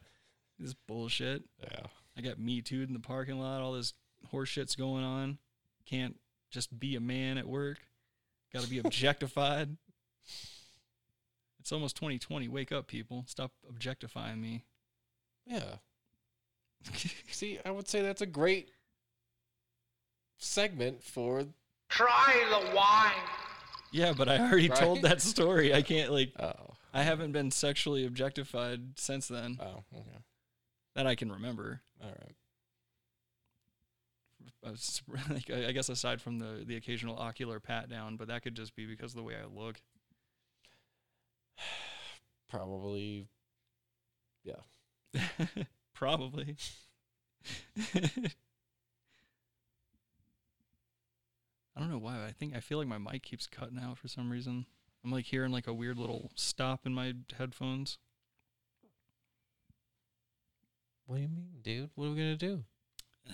this is bullshit.
Yeah.
I got me too in the parking lot. All this horse shit's going on. Can't just be a man at work. Got to be objectified. it's almost 2020. Wake up, people. Stop objectifying me. (laughs)
Yeah. See, I would say that's a great segment for.
Try the wine.
Yeah, but I already
Right?
told that story. I can't like
Oh.
I haven't been sexually objectified since then
Oh. Okay.
that I can remember.
All right.
I was- (laughs) like, I I guess aside from the the occasional ocular pat down, but that could just be because of the way I look.
Probably.
(laughs) Probably. I don't know why. but I think I feel like my mic keeps cutting out for some reason. I'm like hearing like a weird little stop in my headphones.
What do you mean, dude? What are we gonna do?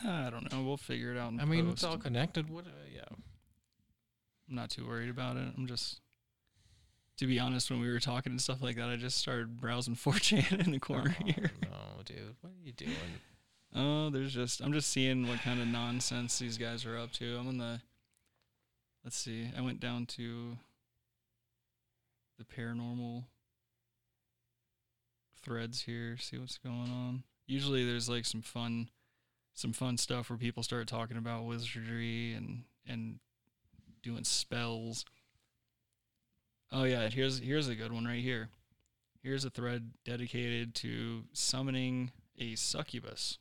Ah, I don't know. We'll figure it out. In
I mean, it's
post.
all connected. What? Uh,
(laughs)
yeah.
I'm not too worried about it. I'm just, to be honest, when we were talking and stuff like that, I just started browsing (laughs) 4chan in the corner
Oh,
here.
No, dude. What are you doing?
Oh, there's just, I'm just seeing what kind of nonsense these guys are up to. I'm on the, let's see, I went down to the paranormal threads here, see what's going on. Usually there's like some fun, some fun stuff where people start talking about wizardry and, and doing spells. Oh yeah, here's here's a good one right here. Here's a thread dedicated to summoning a succubus.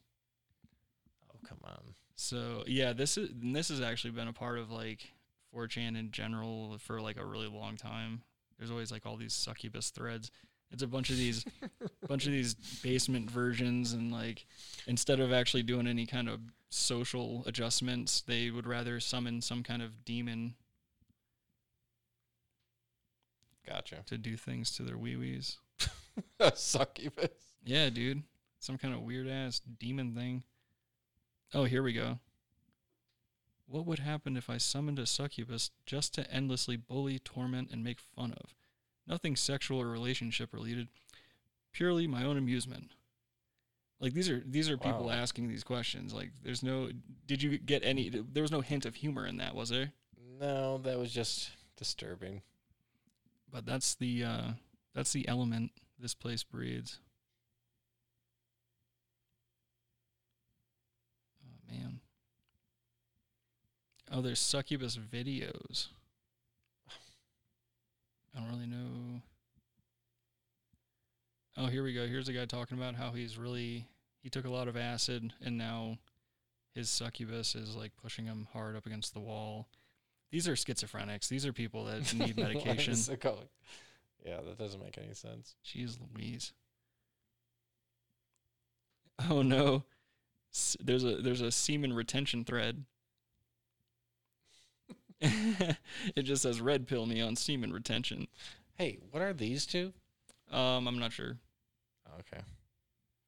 Oh, come on.
So yeah, this is and this has actually been a part of like 4chan in general for like a really long time. There's always like all these succubus threads. It's a bunch of these bunch of these basement versions and like instead of actually doing any kind of social adjustments, they would rather summon some kind of demon
Gotcha. (laughs)
to do things to their wee wees.
Succubus.
Yeah, dude. Some kind of weird ass demon thing. Oh, here we go. What would happen if I summoned a succubus just to endlessly bully, torment, and make fun of? Nothing sexual or relationship related. Purely my own amusement. Like these are these are people
Wow.
asking these questions. Like there's no did you get any there was no hint of humor in that, was there?
No, that was just disturbing.
But that's the uh that's the element this place breeds. Oh man. Oh, there's succubus videos. I don't really know. Oh, here we go. Here's a guy talking about how he's really he took a lot of acid and now his succubus is like pushing him hard up against the wall. These are schizophrenics. These are people
(laughs)
that (laughs) need
Why
medication.
is it called- yeah, that doesn't make any sense.
Jeez Louise. Oh no. S- There's a there's a semen retention thread. (laughs) it just says red pill me on semen retention.
Hey, what are these two? Oh,
Um, I'm not sure.
Okay.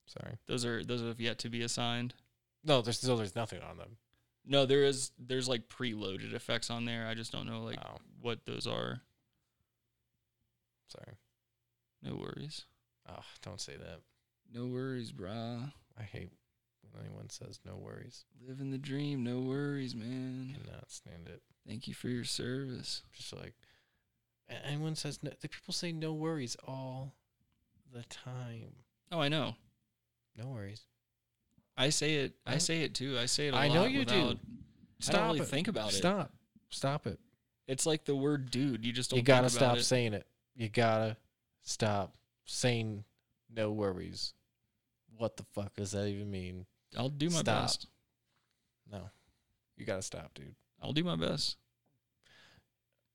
Sorry.
Those are those have yet to be assigned.
No, there's still there's nothing on them.
No, there is there's like preloaded effects on there. I just don't know like
oh,
what those are.
sorry.
No worries.
Oh, don't say that.
No worries, brah.
I hate when anyone says no worries.
Living the dream, no worries, man.
Cannot stand it.
Thank you for your service.
Just like a- anyone says no, the people say no worries all the time.
Oh, I know.
No worries.
I say it. I
Huh?
say it too. I say it. a
I know
lot
you do.
without- I
Stop
don't really
it.
think about it.
Stop. Stop it.
It's like the word "dude." You just don't.
you gotta
think about
stop
it.
saying it. You gotta stop saying no worries. What the fuck does that even mean?
I'll do my
Stop.
best.
No, you gotta stop, dude.
I'll do my best.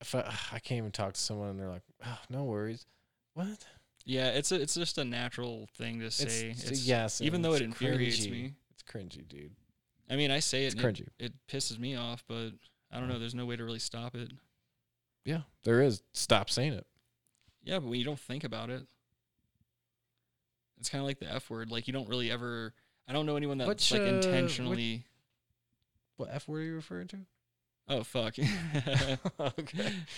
If I, I can't even talk to someone and they're like, oh, no worries. What?
Yeah, it's a, it's just a natural thing to say.
it's,
It's-
yes,
even
and
though
it's
it infuriates
cringy.
me.
It's cringy, dude.
I mean, I say it.
It's
and it-
cringy.
It, pisses me off, but I don't know. There's no way to really stop it.
Yeah, there is. Stop saying it.
Yeah, but when you don't think about it, it's kind of like the F word. Like you don't really ever. I don't know anyone that's
Which,
like
uh, which-
intentionally.
What F word are you referring to?
Oh fuck. (laughs)
okay.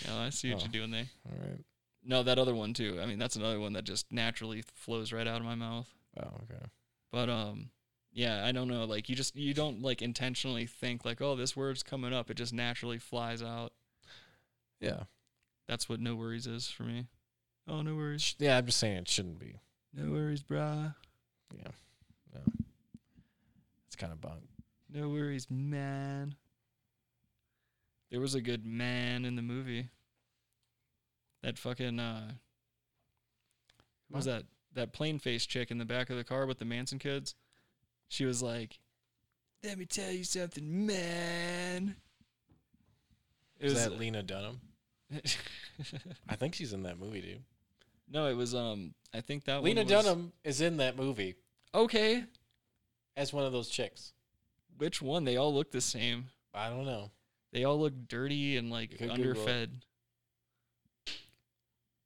No, I see what
Oh.
you're doing there.
All right.
No, that other one too. I mean, that's another one that just naturally flows right out of my mouth.
Oh, okay.
But um, yeah, I don't know. Like you just you don't like intentionally think like, oh, this word's coming up. It just naturally flies out.
Yeah.
That's what no worries is for me. Oh, no worries.
Sh- Yeah, I'm just saying it shouldn't be.
No worries, brah.
It's kind of bunk.
No worries, man. There was a good man in the movie. That fucking uh, who was that that plain faced chick in the back of the car with the Manson kids? She was like, "Let me tell you something, man." It
Is
was (laughs)
that Lena Dunham? I think she's in that movie, dude.
no, it was um. I think that
Lena
one was,
Dunham is in that movie
Okay,
as one of those chicks.
which one? They all look the same.
I don't know.
They all look dirty and
You
like
could Google it.
underfed.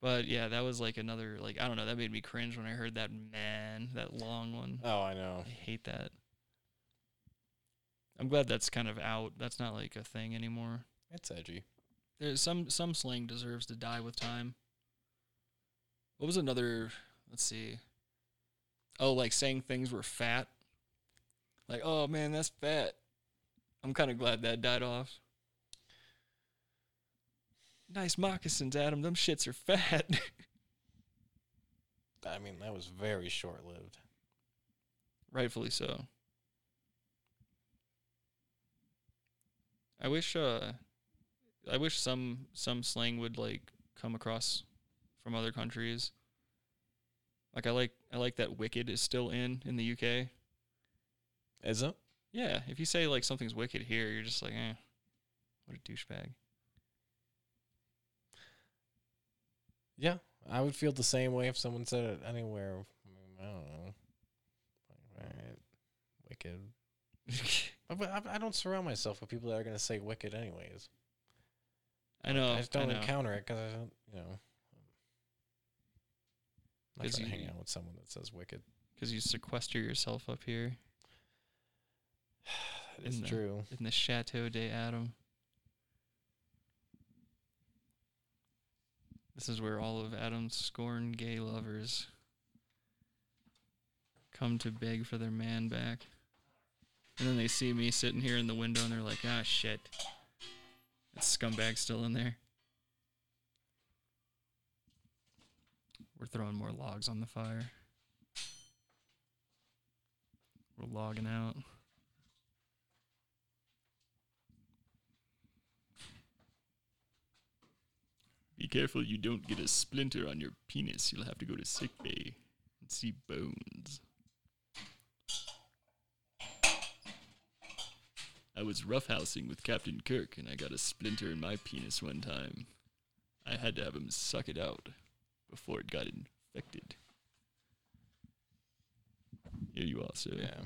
But yeah, that was like another like I don't know, that made me cringe when I heard that man, that long one.
Oh, I know.
I hate that. I'm glad that's kind of out. That's not like a thing anymore.
It's edgy.
There's some some slang deserves to die with time. What was another let's see. Oh, like saying things were fat. Like, oh man, that's fat. I'm kind of glad that died off. Nice moccasins, Adam. Them shits are fat. (laughs)
I mean, that was very short lived.
Rightfully so. I wish uh I wish some some slang would like come across from other countries. Like I like I like that wicked is still in in the UK.
Is it?
Yeah, if you say like something's wicked here, you're just like, eh, what a douchebag. (laughs)
Yeah, I would feel the same way if someone said it anywhere. I, mean, I don't know. Like, all right, wicked. But- But I, I don't surround myself with people that are gonna say wicked anyways.
I know.
Oh, I just don't
know.
encounter it because I don't, you know. I'm not
'Cause
trying to
you-
hang out with someone that says wicked.
Because you sequester yourself up here
That is
In the-
true.
in the Chateau de Adam. This is where all of Adam's scorned gay lovers come to beg for their man back. And then they see me sitting here in the window and they're like, ah, shit. That scumbag's still in there. We're throwing more logs on the fire. We're logging out. Be careful you don't get a splinter on your penis. You'll have to go to sick bay and see bones. I was roughhousing with Captain Kirk and I got a splinter in my penis one time. I had to have him suck it out before it got infected. Here you are, sir.
Yeah.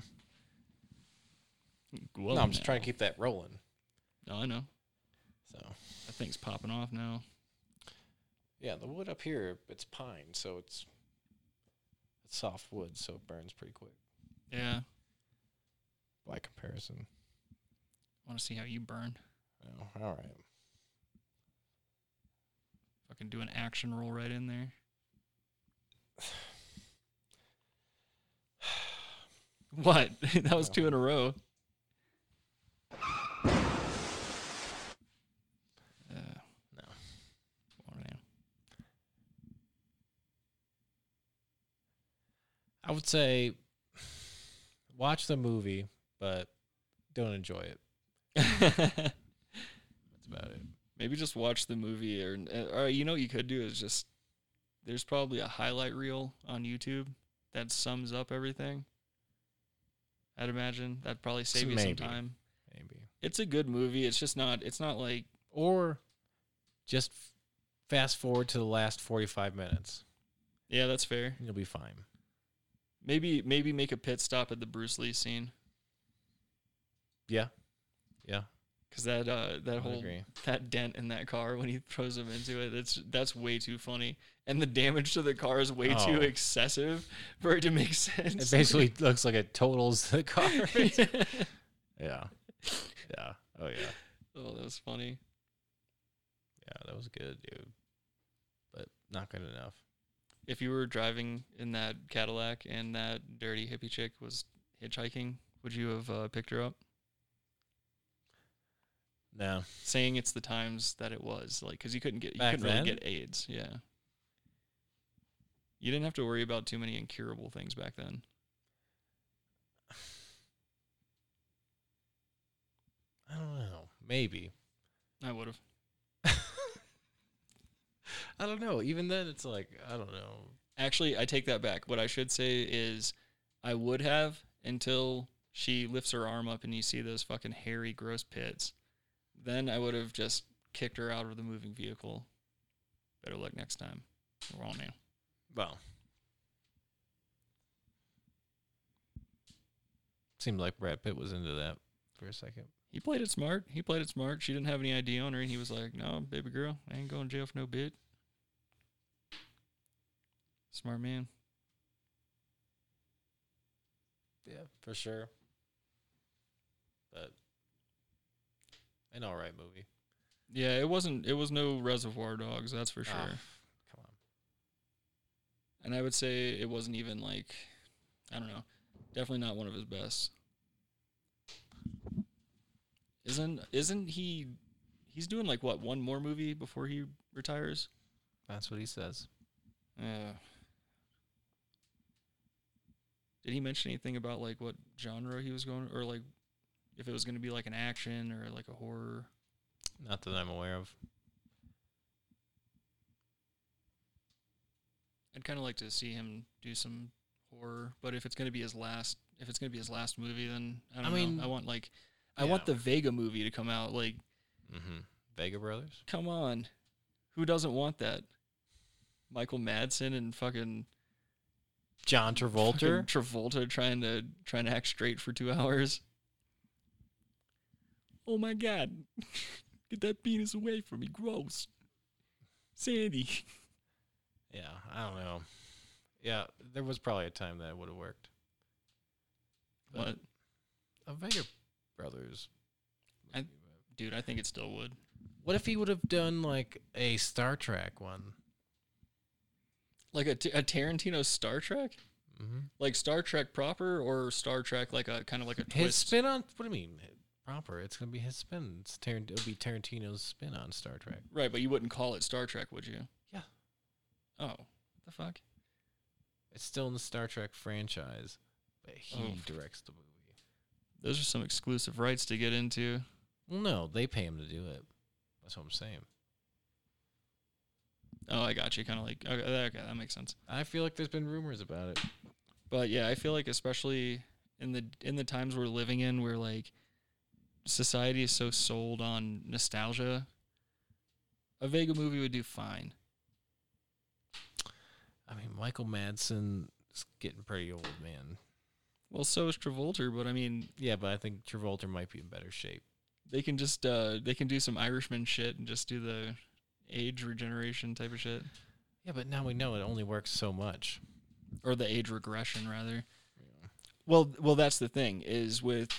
Go
no,
on
I'm just
now.
trying to keep that rolling.
No, I know.
So
That thing's popping off now.
yeah, the wood up here it's pine, so it's it's soft wood, so it burns pretty quick
Yeah.
by comparison.
Want to see how you burn?
Oh, all right.
Fucking do an action roll right in there. (sighs) What? (laughs) that was two in
Uh-huh.
a row. Uh,
No.
Come on now.
I would say watch the movie, but don't enjoy it. That's about it.
Maybe just watch the movie, or uh, or you know, what you could do is just there's probably a highlight reel on YouTube that sums up everything. I'd imagine that'd probably save you
Maybe.
some time.
Maybe.
It's a good movie. It's just not. It's not like
Or just f- fast forward to the last 45 minutes.
yeah, that's fair.
and You'll be fine.
Maybe maybe make a pit stop at the Bruce Lee scene
Yeah. Yeah.
because that uh that
I
whole
agree.
that dent in that car when he throws him into it that's that's way too funny and the damage to the car is way
Oh.
too excessive for it to make (laughs)
It
sense.
basically (laughs) looks like it totals the (laughs) car.
Yeah.
yeah. Yeah. Oh, yeah.
Oh, that was funny.
Yeah. That was good, dude. But not good enough.
If you were driving in that Cadillac and that dirty hippie chick was hitchhiking, would you have uh, picked her up?
No.
Saying it's the times that it was, like, because you couldn't get you
Back
couldn't
then?
really get AIDS. Yeah, you didn't have to worry about too many incurable things back then.
I don't know. Maybe.
I would have.
I don't know. Even then, it's like, I don't know.
Actually, I take that back. What I should say is, I would have until she lifts her arm up and you see those fucking hairy, gross pits. Then I would have just kicked her out of the moving vehicle. Better luck next time. We're all now.
Well, seemed like Brad Pitt was into that for a second.
He played it smart. He played it smart. She didn't have any idea on her, and he was like, "No, baby girl, I ain't going to jail for no bit." Smart man.
Yeah, for sure. But an all right movie.
Yeah, it wasn't. It was no Reservoir Dogs, that's for sure.
Ah, come on.
And I would say it wasn't even like, I don't know, definitely not one of his best. Isn't isn't he? He's doing like what one more movie before he retires?
That's what he says.
Yeah. Did he mention anything about like what genre he was going or like if it was going to be like an action or like a horror?
Not that I'm aware of.
I'd kind of like to see him do some horror, but if it's going to be his last if it's gonna be his last movie, then I don't
I
know.
mean,
I want like, I want the
yeah.
Vega movie to come out. Like,
Mm-hmm. Vega Brothers.
come on, who doesn't want that? Michael Madsen and fucking
John
fucking
(laughs) Travolta.
Travolta trying to trying to act straight for two (laughs) hours. Oh my god. (laughs) Get that penis away from me. Gross. Sandy.
yeah, I don't know. Yeah, there was probably a time that would have worked.
But
A Vega Brothers.
I- dude, I think it still would.
What if he would have done like a Star Trek one?
Like a, T- a Tarantino Star Trek?
Mm-hmm.
Like Star Trek proper or Star Trek like a kind of like a
His
twist?
spin on what do you mean proper? It's gonna be his spin. It's Tarant- it'll be Tarantino's spin on Star Trek.
right, but you wouldn't call it Star Trek, would you?
Yeah.
Oh, what the fuck?
It's still in the Star Trek franchise, but he
Oh.
directs the movie.
Those are some exclusive rights to get into.
Well, no, they pay him to do it. That's what I'm saying.
Oh, I got you. Kind of like, okay, okay, that makes sense.
I feel like there's been rumors about it.
But yeah, I feel like especially in the in the times we're living in where like society is so sold on nostalgia, a Vega movie would do fine.
I mean, Michael Madsen is getting pretty old, man.
Well, so is Travolta, but I mean,
Yeah, but I think Travolta might be in better shape.
they can just uh they can do some Irishman shit and just do the age regeneration type of shit
Yeah, but now we know it only works so much.
or the age regression rather. Well, well that's the thing is with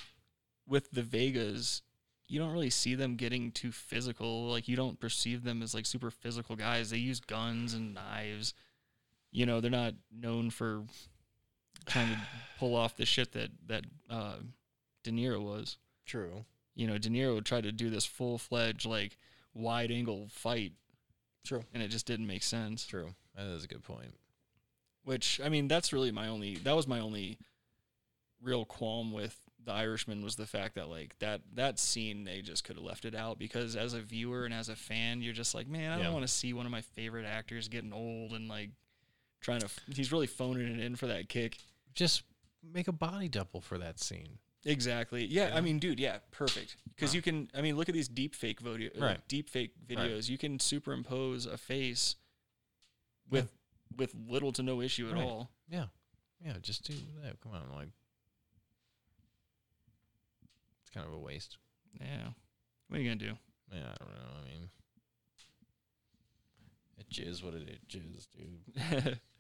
with the Vegas you don't really see them getting too physical. Like you don't perceive them as like super physical guys. They use guns and knives. You know, they're not known for trying to pull off the shit that that uh, De Niro was.
True.
You know, De Niro tried to do this full fledged like wide angle fight,
True.
and it just didn't make sense.
True. That is a good point.
Which I mean, that's really my only. That was my only real qualm with The Irishman was the fact that like that that scene they just could have left it out because as a viewer and as a fan, you're just like, man, I
Yeah.
don't want to see one of my favorite actors getting old and like trying to. f- He's really phoning it in for that kick.
Just make a body double for that scene.
Exactly. Yeah, I
Yeah.
mean, dude, yeah, perfect. Because
Huh.
you can, I mean, look at these deep fake video,
Right.
deep fake videos.
Right.
You can superimpose a face
Yeah.
with with little to no issue at
Right.
all.
Yeah. Yeah, just do that. Come on, like it's kind of a waste.
Yeah. What are you gonna do?
Yeah, I don't know. I mean it is what it is, dude.
(laughs)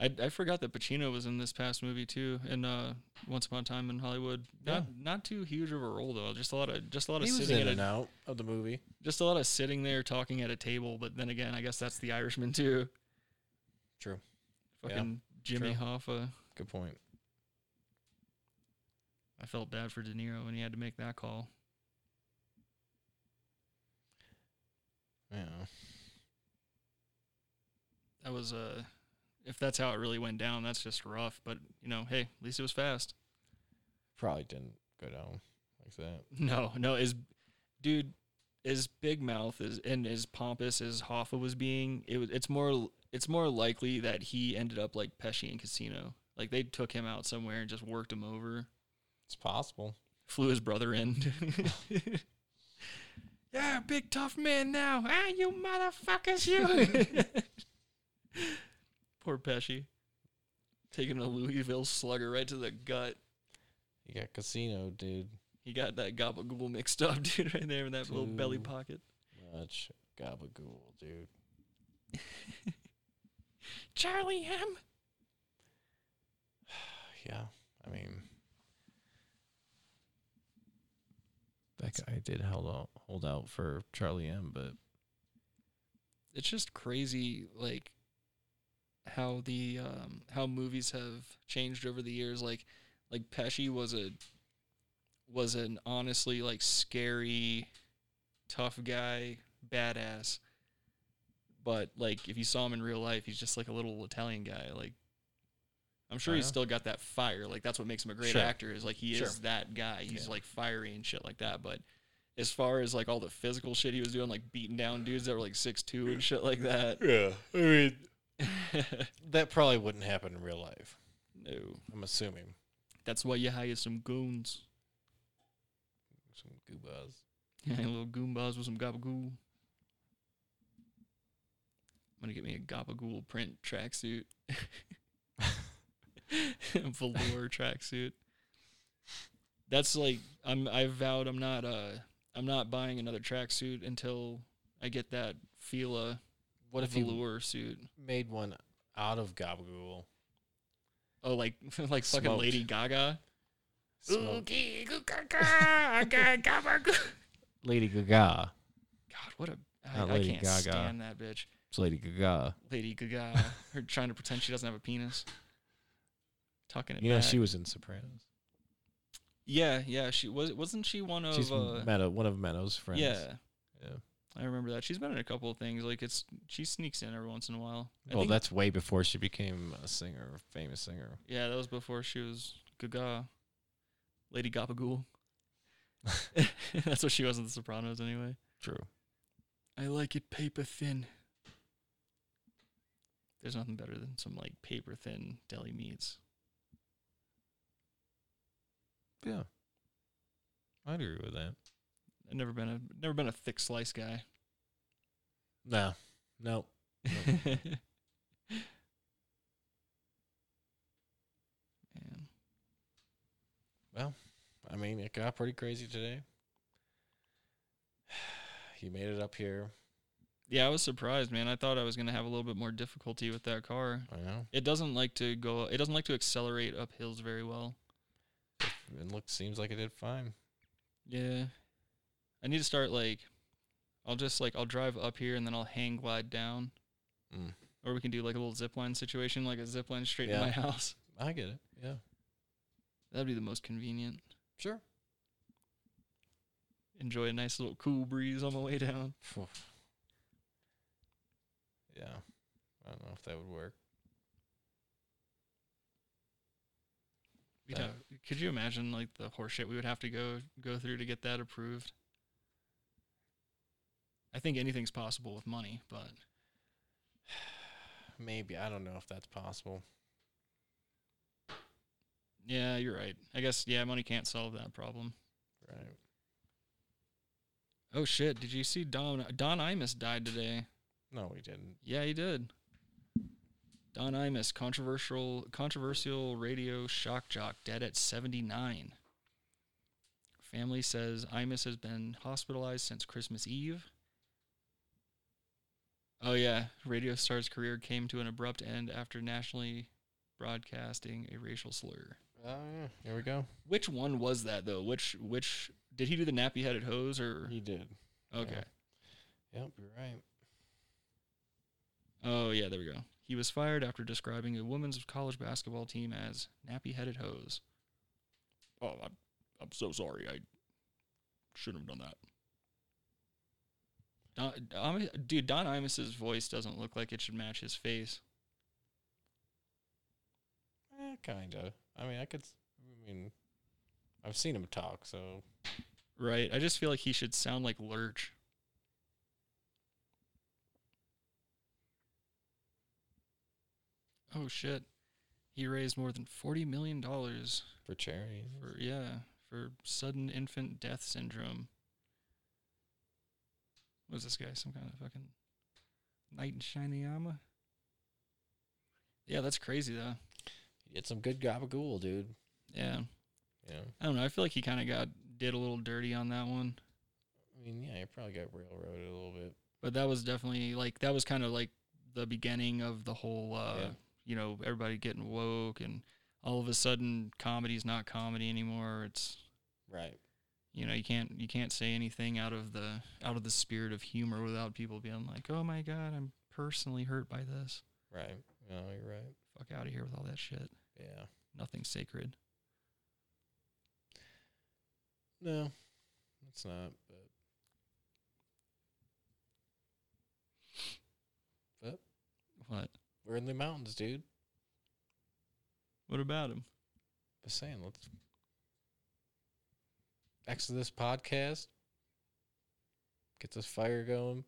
I, I forgot that Pacino was in this past movie too, and uh, Once Upon a Time in Hollywood. Not not too huge of a role though. Just a lot of just a lot of
He was
sitting
in
at
and
a,
out of the movie.
just a lot of sitting there talking at a table. But then again, I guess that's The Irishman too.
True. Yeah.
Fucking Jimmy
True.
Hoffa.
Good point.
I felt bad for De Niro when he had to make that call.
Yeah.
That was uh if that's how it really went down, that's just rough. But you know, hey, at least it was fast. (laughs)
Probably didn't go down like that.
No, no, as dude, as big mouth as and as pompous as Hoffa was being, it was it's more it's more likely that he ended up like Pesci in Casino. Like they took him out somewhere and just worked him over,
It's possible.
flew his brother in. (laughs) yeah, big tough man now. Ah, you motherfuckers, you. (laughs) Poor Pesci, taking a Louisville slugger right to the gut.
You got casino, dude.
He got that gabagool mixed up, (laughs) dude, right there in that little belly
Two.
pocket.
Much gabagool, dude.
Charlie Hem.
Yeah, I mean, that guy did hold out, hold out for Charlie M, but
It's just crazy, like how the um, how movies have changed over the years. Like, like Pesci was a was an honestly like scary, tough guy, badass. But like, if you saw him in real life, he's just like a little Italian guy. Like, I'm sure
Oh,
he's
yeah.
still got that fire. Like, that's what makes him a great
Sure.
actor. Is like he
Sure.
is that guy. He's
Yeah.
like fiery and shit like that. But as far as like all the physical shit he was doing, like beating down dudes that were like six two and shit like that. (laughs)
yeah, I mean, that probably wouldn't happen in real life.
No.
I'm assuming.
That's why you hire some goons.
Some goobas.
Yeah, little goombas with some gabagool. I'm gonna get me a gabagool print tracksuit. (laughs) Velour tracksuit. That's like I'm I vowed I'm not uh I'm not buying another tracksuit until I get that Fila
What if you
velour suit.
made one out of gabagool?
Oh like (laughs) like fucking
Smoked.
Lady Gaga.
Smoked
Oogie, goo, gaga, I got gabagool.
Lady Gaga.
God, what a I,
Not
I
Lady
can't
Gaga.
stand that bitch.
It's Lady Gaga.
Lady Gaga, her trying to pretend she doesn't have a penis, tucking it.
You know
back.
she was in Sopranos.
Yeah, yeah, she was. Wasn't she one of?
She's
uh,
Meadow, one of Meadow's friends.
yeah,
Yeah.
I remember that. She's been in a couple of things. Like it's she sneaks in every once in a while. I
Well,
think-
that's way before she became a singer, a famous singer.
yeah, that was before she was Gaga, Lady
(laughs)
Gabagool. (laughs) that's what she was in The Sopranos, anyway.
True.
I like it paper thin. There's nothing better than some like paper thin deli meats.
Yeah. I agree with that.
I've never been a never been a thick slice guy. (laughs)
No. No.
Man.
I mean, it got pretty crazy today. (sighs) You made it up here.
Yeah, I was surprised, man. I thought I was gonna have a little bit more difficulty with that car.
I know.
It doesn't like to go. It doesn't like to accelerate up hills very well.
It looks seems like it did fine.
Yeah, I need to start like. I'll just like I'll drive up here and then I'll hang glide down,
Mm.
or we can do like a little zip line situation, like a zip line straight to
Yeah.
my (laughs) house.
I get it. Yeah.
That'd be the most convenient.
Sure.
Enjoy a nice little cool breeze on my way down.
Yeah. I don't know if that would work.
You
Yeah.
know, could you imagine like the horseshit we would have to go go through to get that approved? I think anything's possible with money, but
Maybe. I don't know if that's possible.
yeah, you're right. I guess yeah, money can't solve that problem.
Right.
Oh shit! Did you see Don Don Imus died today?
No, we didn't.
Yeah, he did. Don Imus, controversial controversial radio shock jock, dead at 79. Family says Imus has been hospitalized since Christmas Eve. Oh yeah, radio star's career came to an abrupt end after nationally broadcasting a racial slur.
Oh, yeah. Here we go.
Which one was that though? Which which did he do the nappy-headed hose or
He did.
okay?
Yep, you're right.
Oh yeah, there we go. He was fired after describing a women's college basketball team as nappy-headed hoes. Oh, I'm, I'm so sorry. I shouldn't have done that. Don, Don, dude, Don Imus's voice doesn't look like it should match his face.
Eh, kind of. I mean, I could. s- I mean, I've seen him talk, so
Right. I just feel like he should sound like Lurch. Oh shit. He raised more than forty million dollars
for charity.
for yeah for sudden infant death syndrome. What is this guy? Some kind of fucking knight in shiny armor? Yeah, that's crazy though.
He did some good gabagool, dude.
Yeah,
Yeah.
I don't know. I feel like he kind of got did a little dirty on that one,
I mean, yeah, he probably got railroaded a little bit.
but that was definitely like that was kind of like the beginning of the whole uh,
Yeah.
you know everybody getting woke and all of a sudden comedy's not comedy anymore. It's
Right.
you know you can't you can't say anything out of the out of the spirit of humor without people being like oh my god i'm personally hurt by this
Right. No, you're right.
fuck out of here with all that shit
Yeah.
nothing's sacred
No, it's not. But
what
we're in the mountains, dude.
what about him
Just saying. Let's exit this podcast. Get this fire going.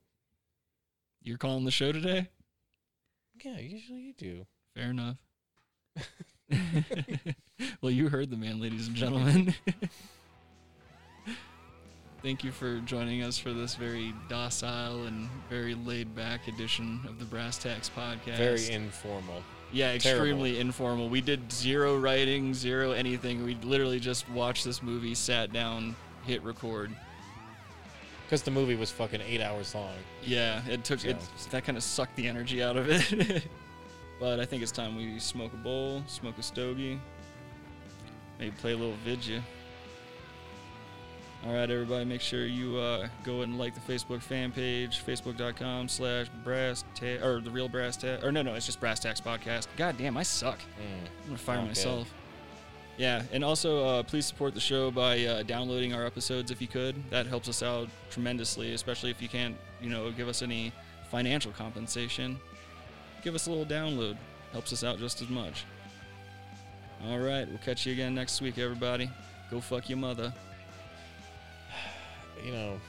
you're calling the show today
Yeah, usually you do.
fair enough (laughs) well, you heard the man, ladies and gentlemen. (laughs) Thank you for joining us for this very docile and very laid back edition of the Brass Tacks podcast.
Very informal.
yeah,
terrible.
extremely informal. We did zero writing, zero anything. We literally just watched this movie, sat down, hit record.
Because the movie was fucking eight hours long.
Yeah, it took it that kind of sucked the energy out of it. (laughs) but I think it's time we smoke a bowl, smoke a stogie, maybe play a little vidya. All right, everybody, make sure you uh, go and like the Facebook fan page, facebook.com slash brass ta- or the real brass tax or no, no, it's just brass tax podcast. God damn, I suck. I'm gonna fire
Not good.
myself. Yeah, and also uh, please support the show by uh, downloading our episodes if you could. That helps us out tremendously, especially if you can't, you know, give us any financial compensation. Give us a little download. Helps us out just as much. All right, we'll catch you again next week, everybody. Go fuck your mother.
You know,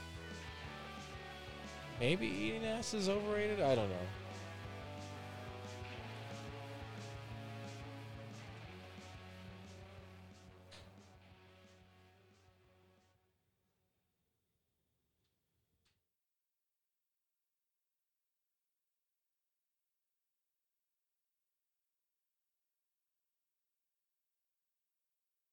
maybe eating ass is overrated. I don't know.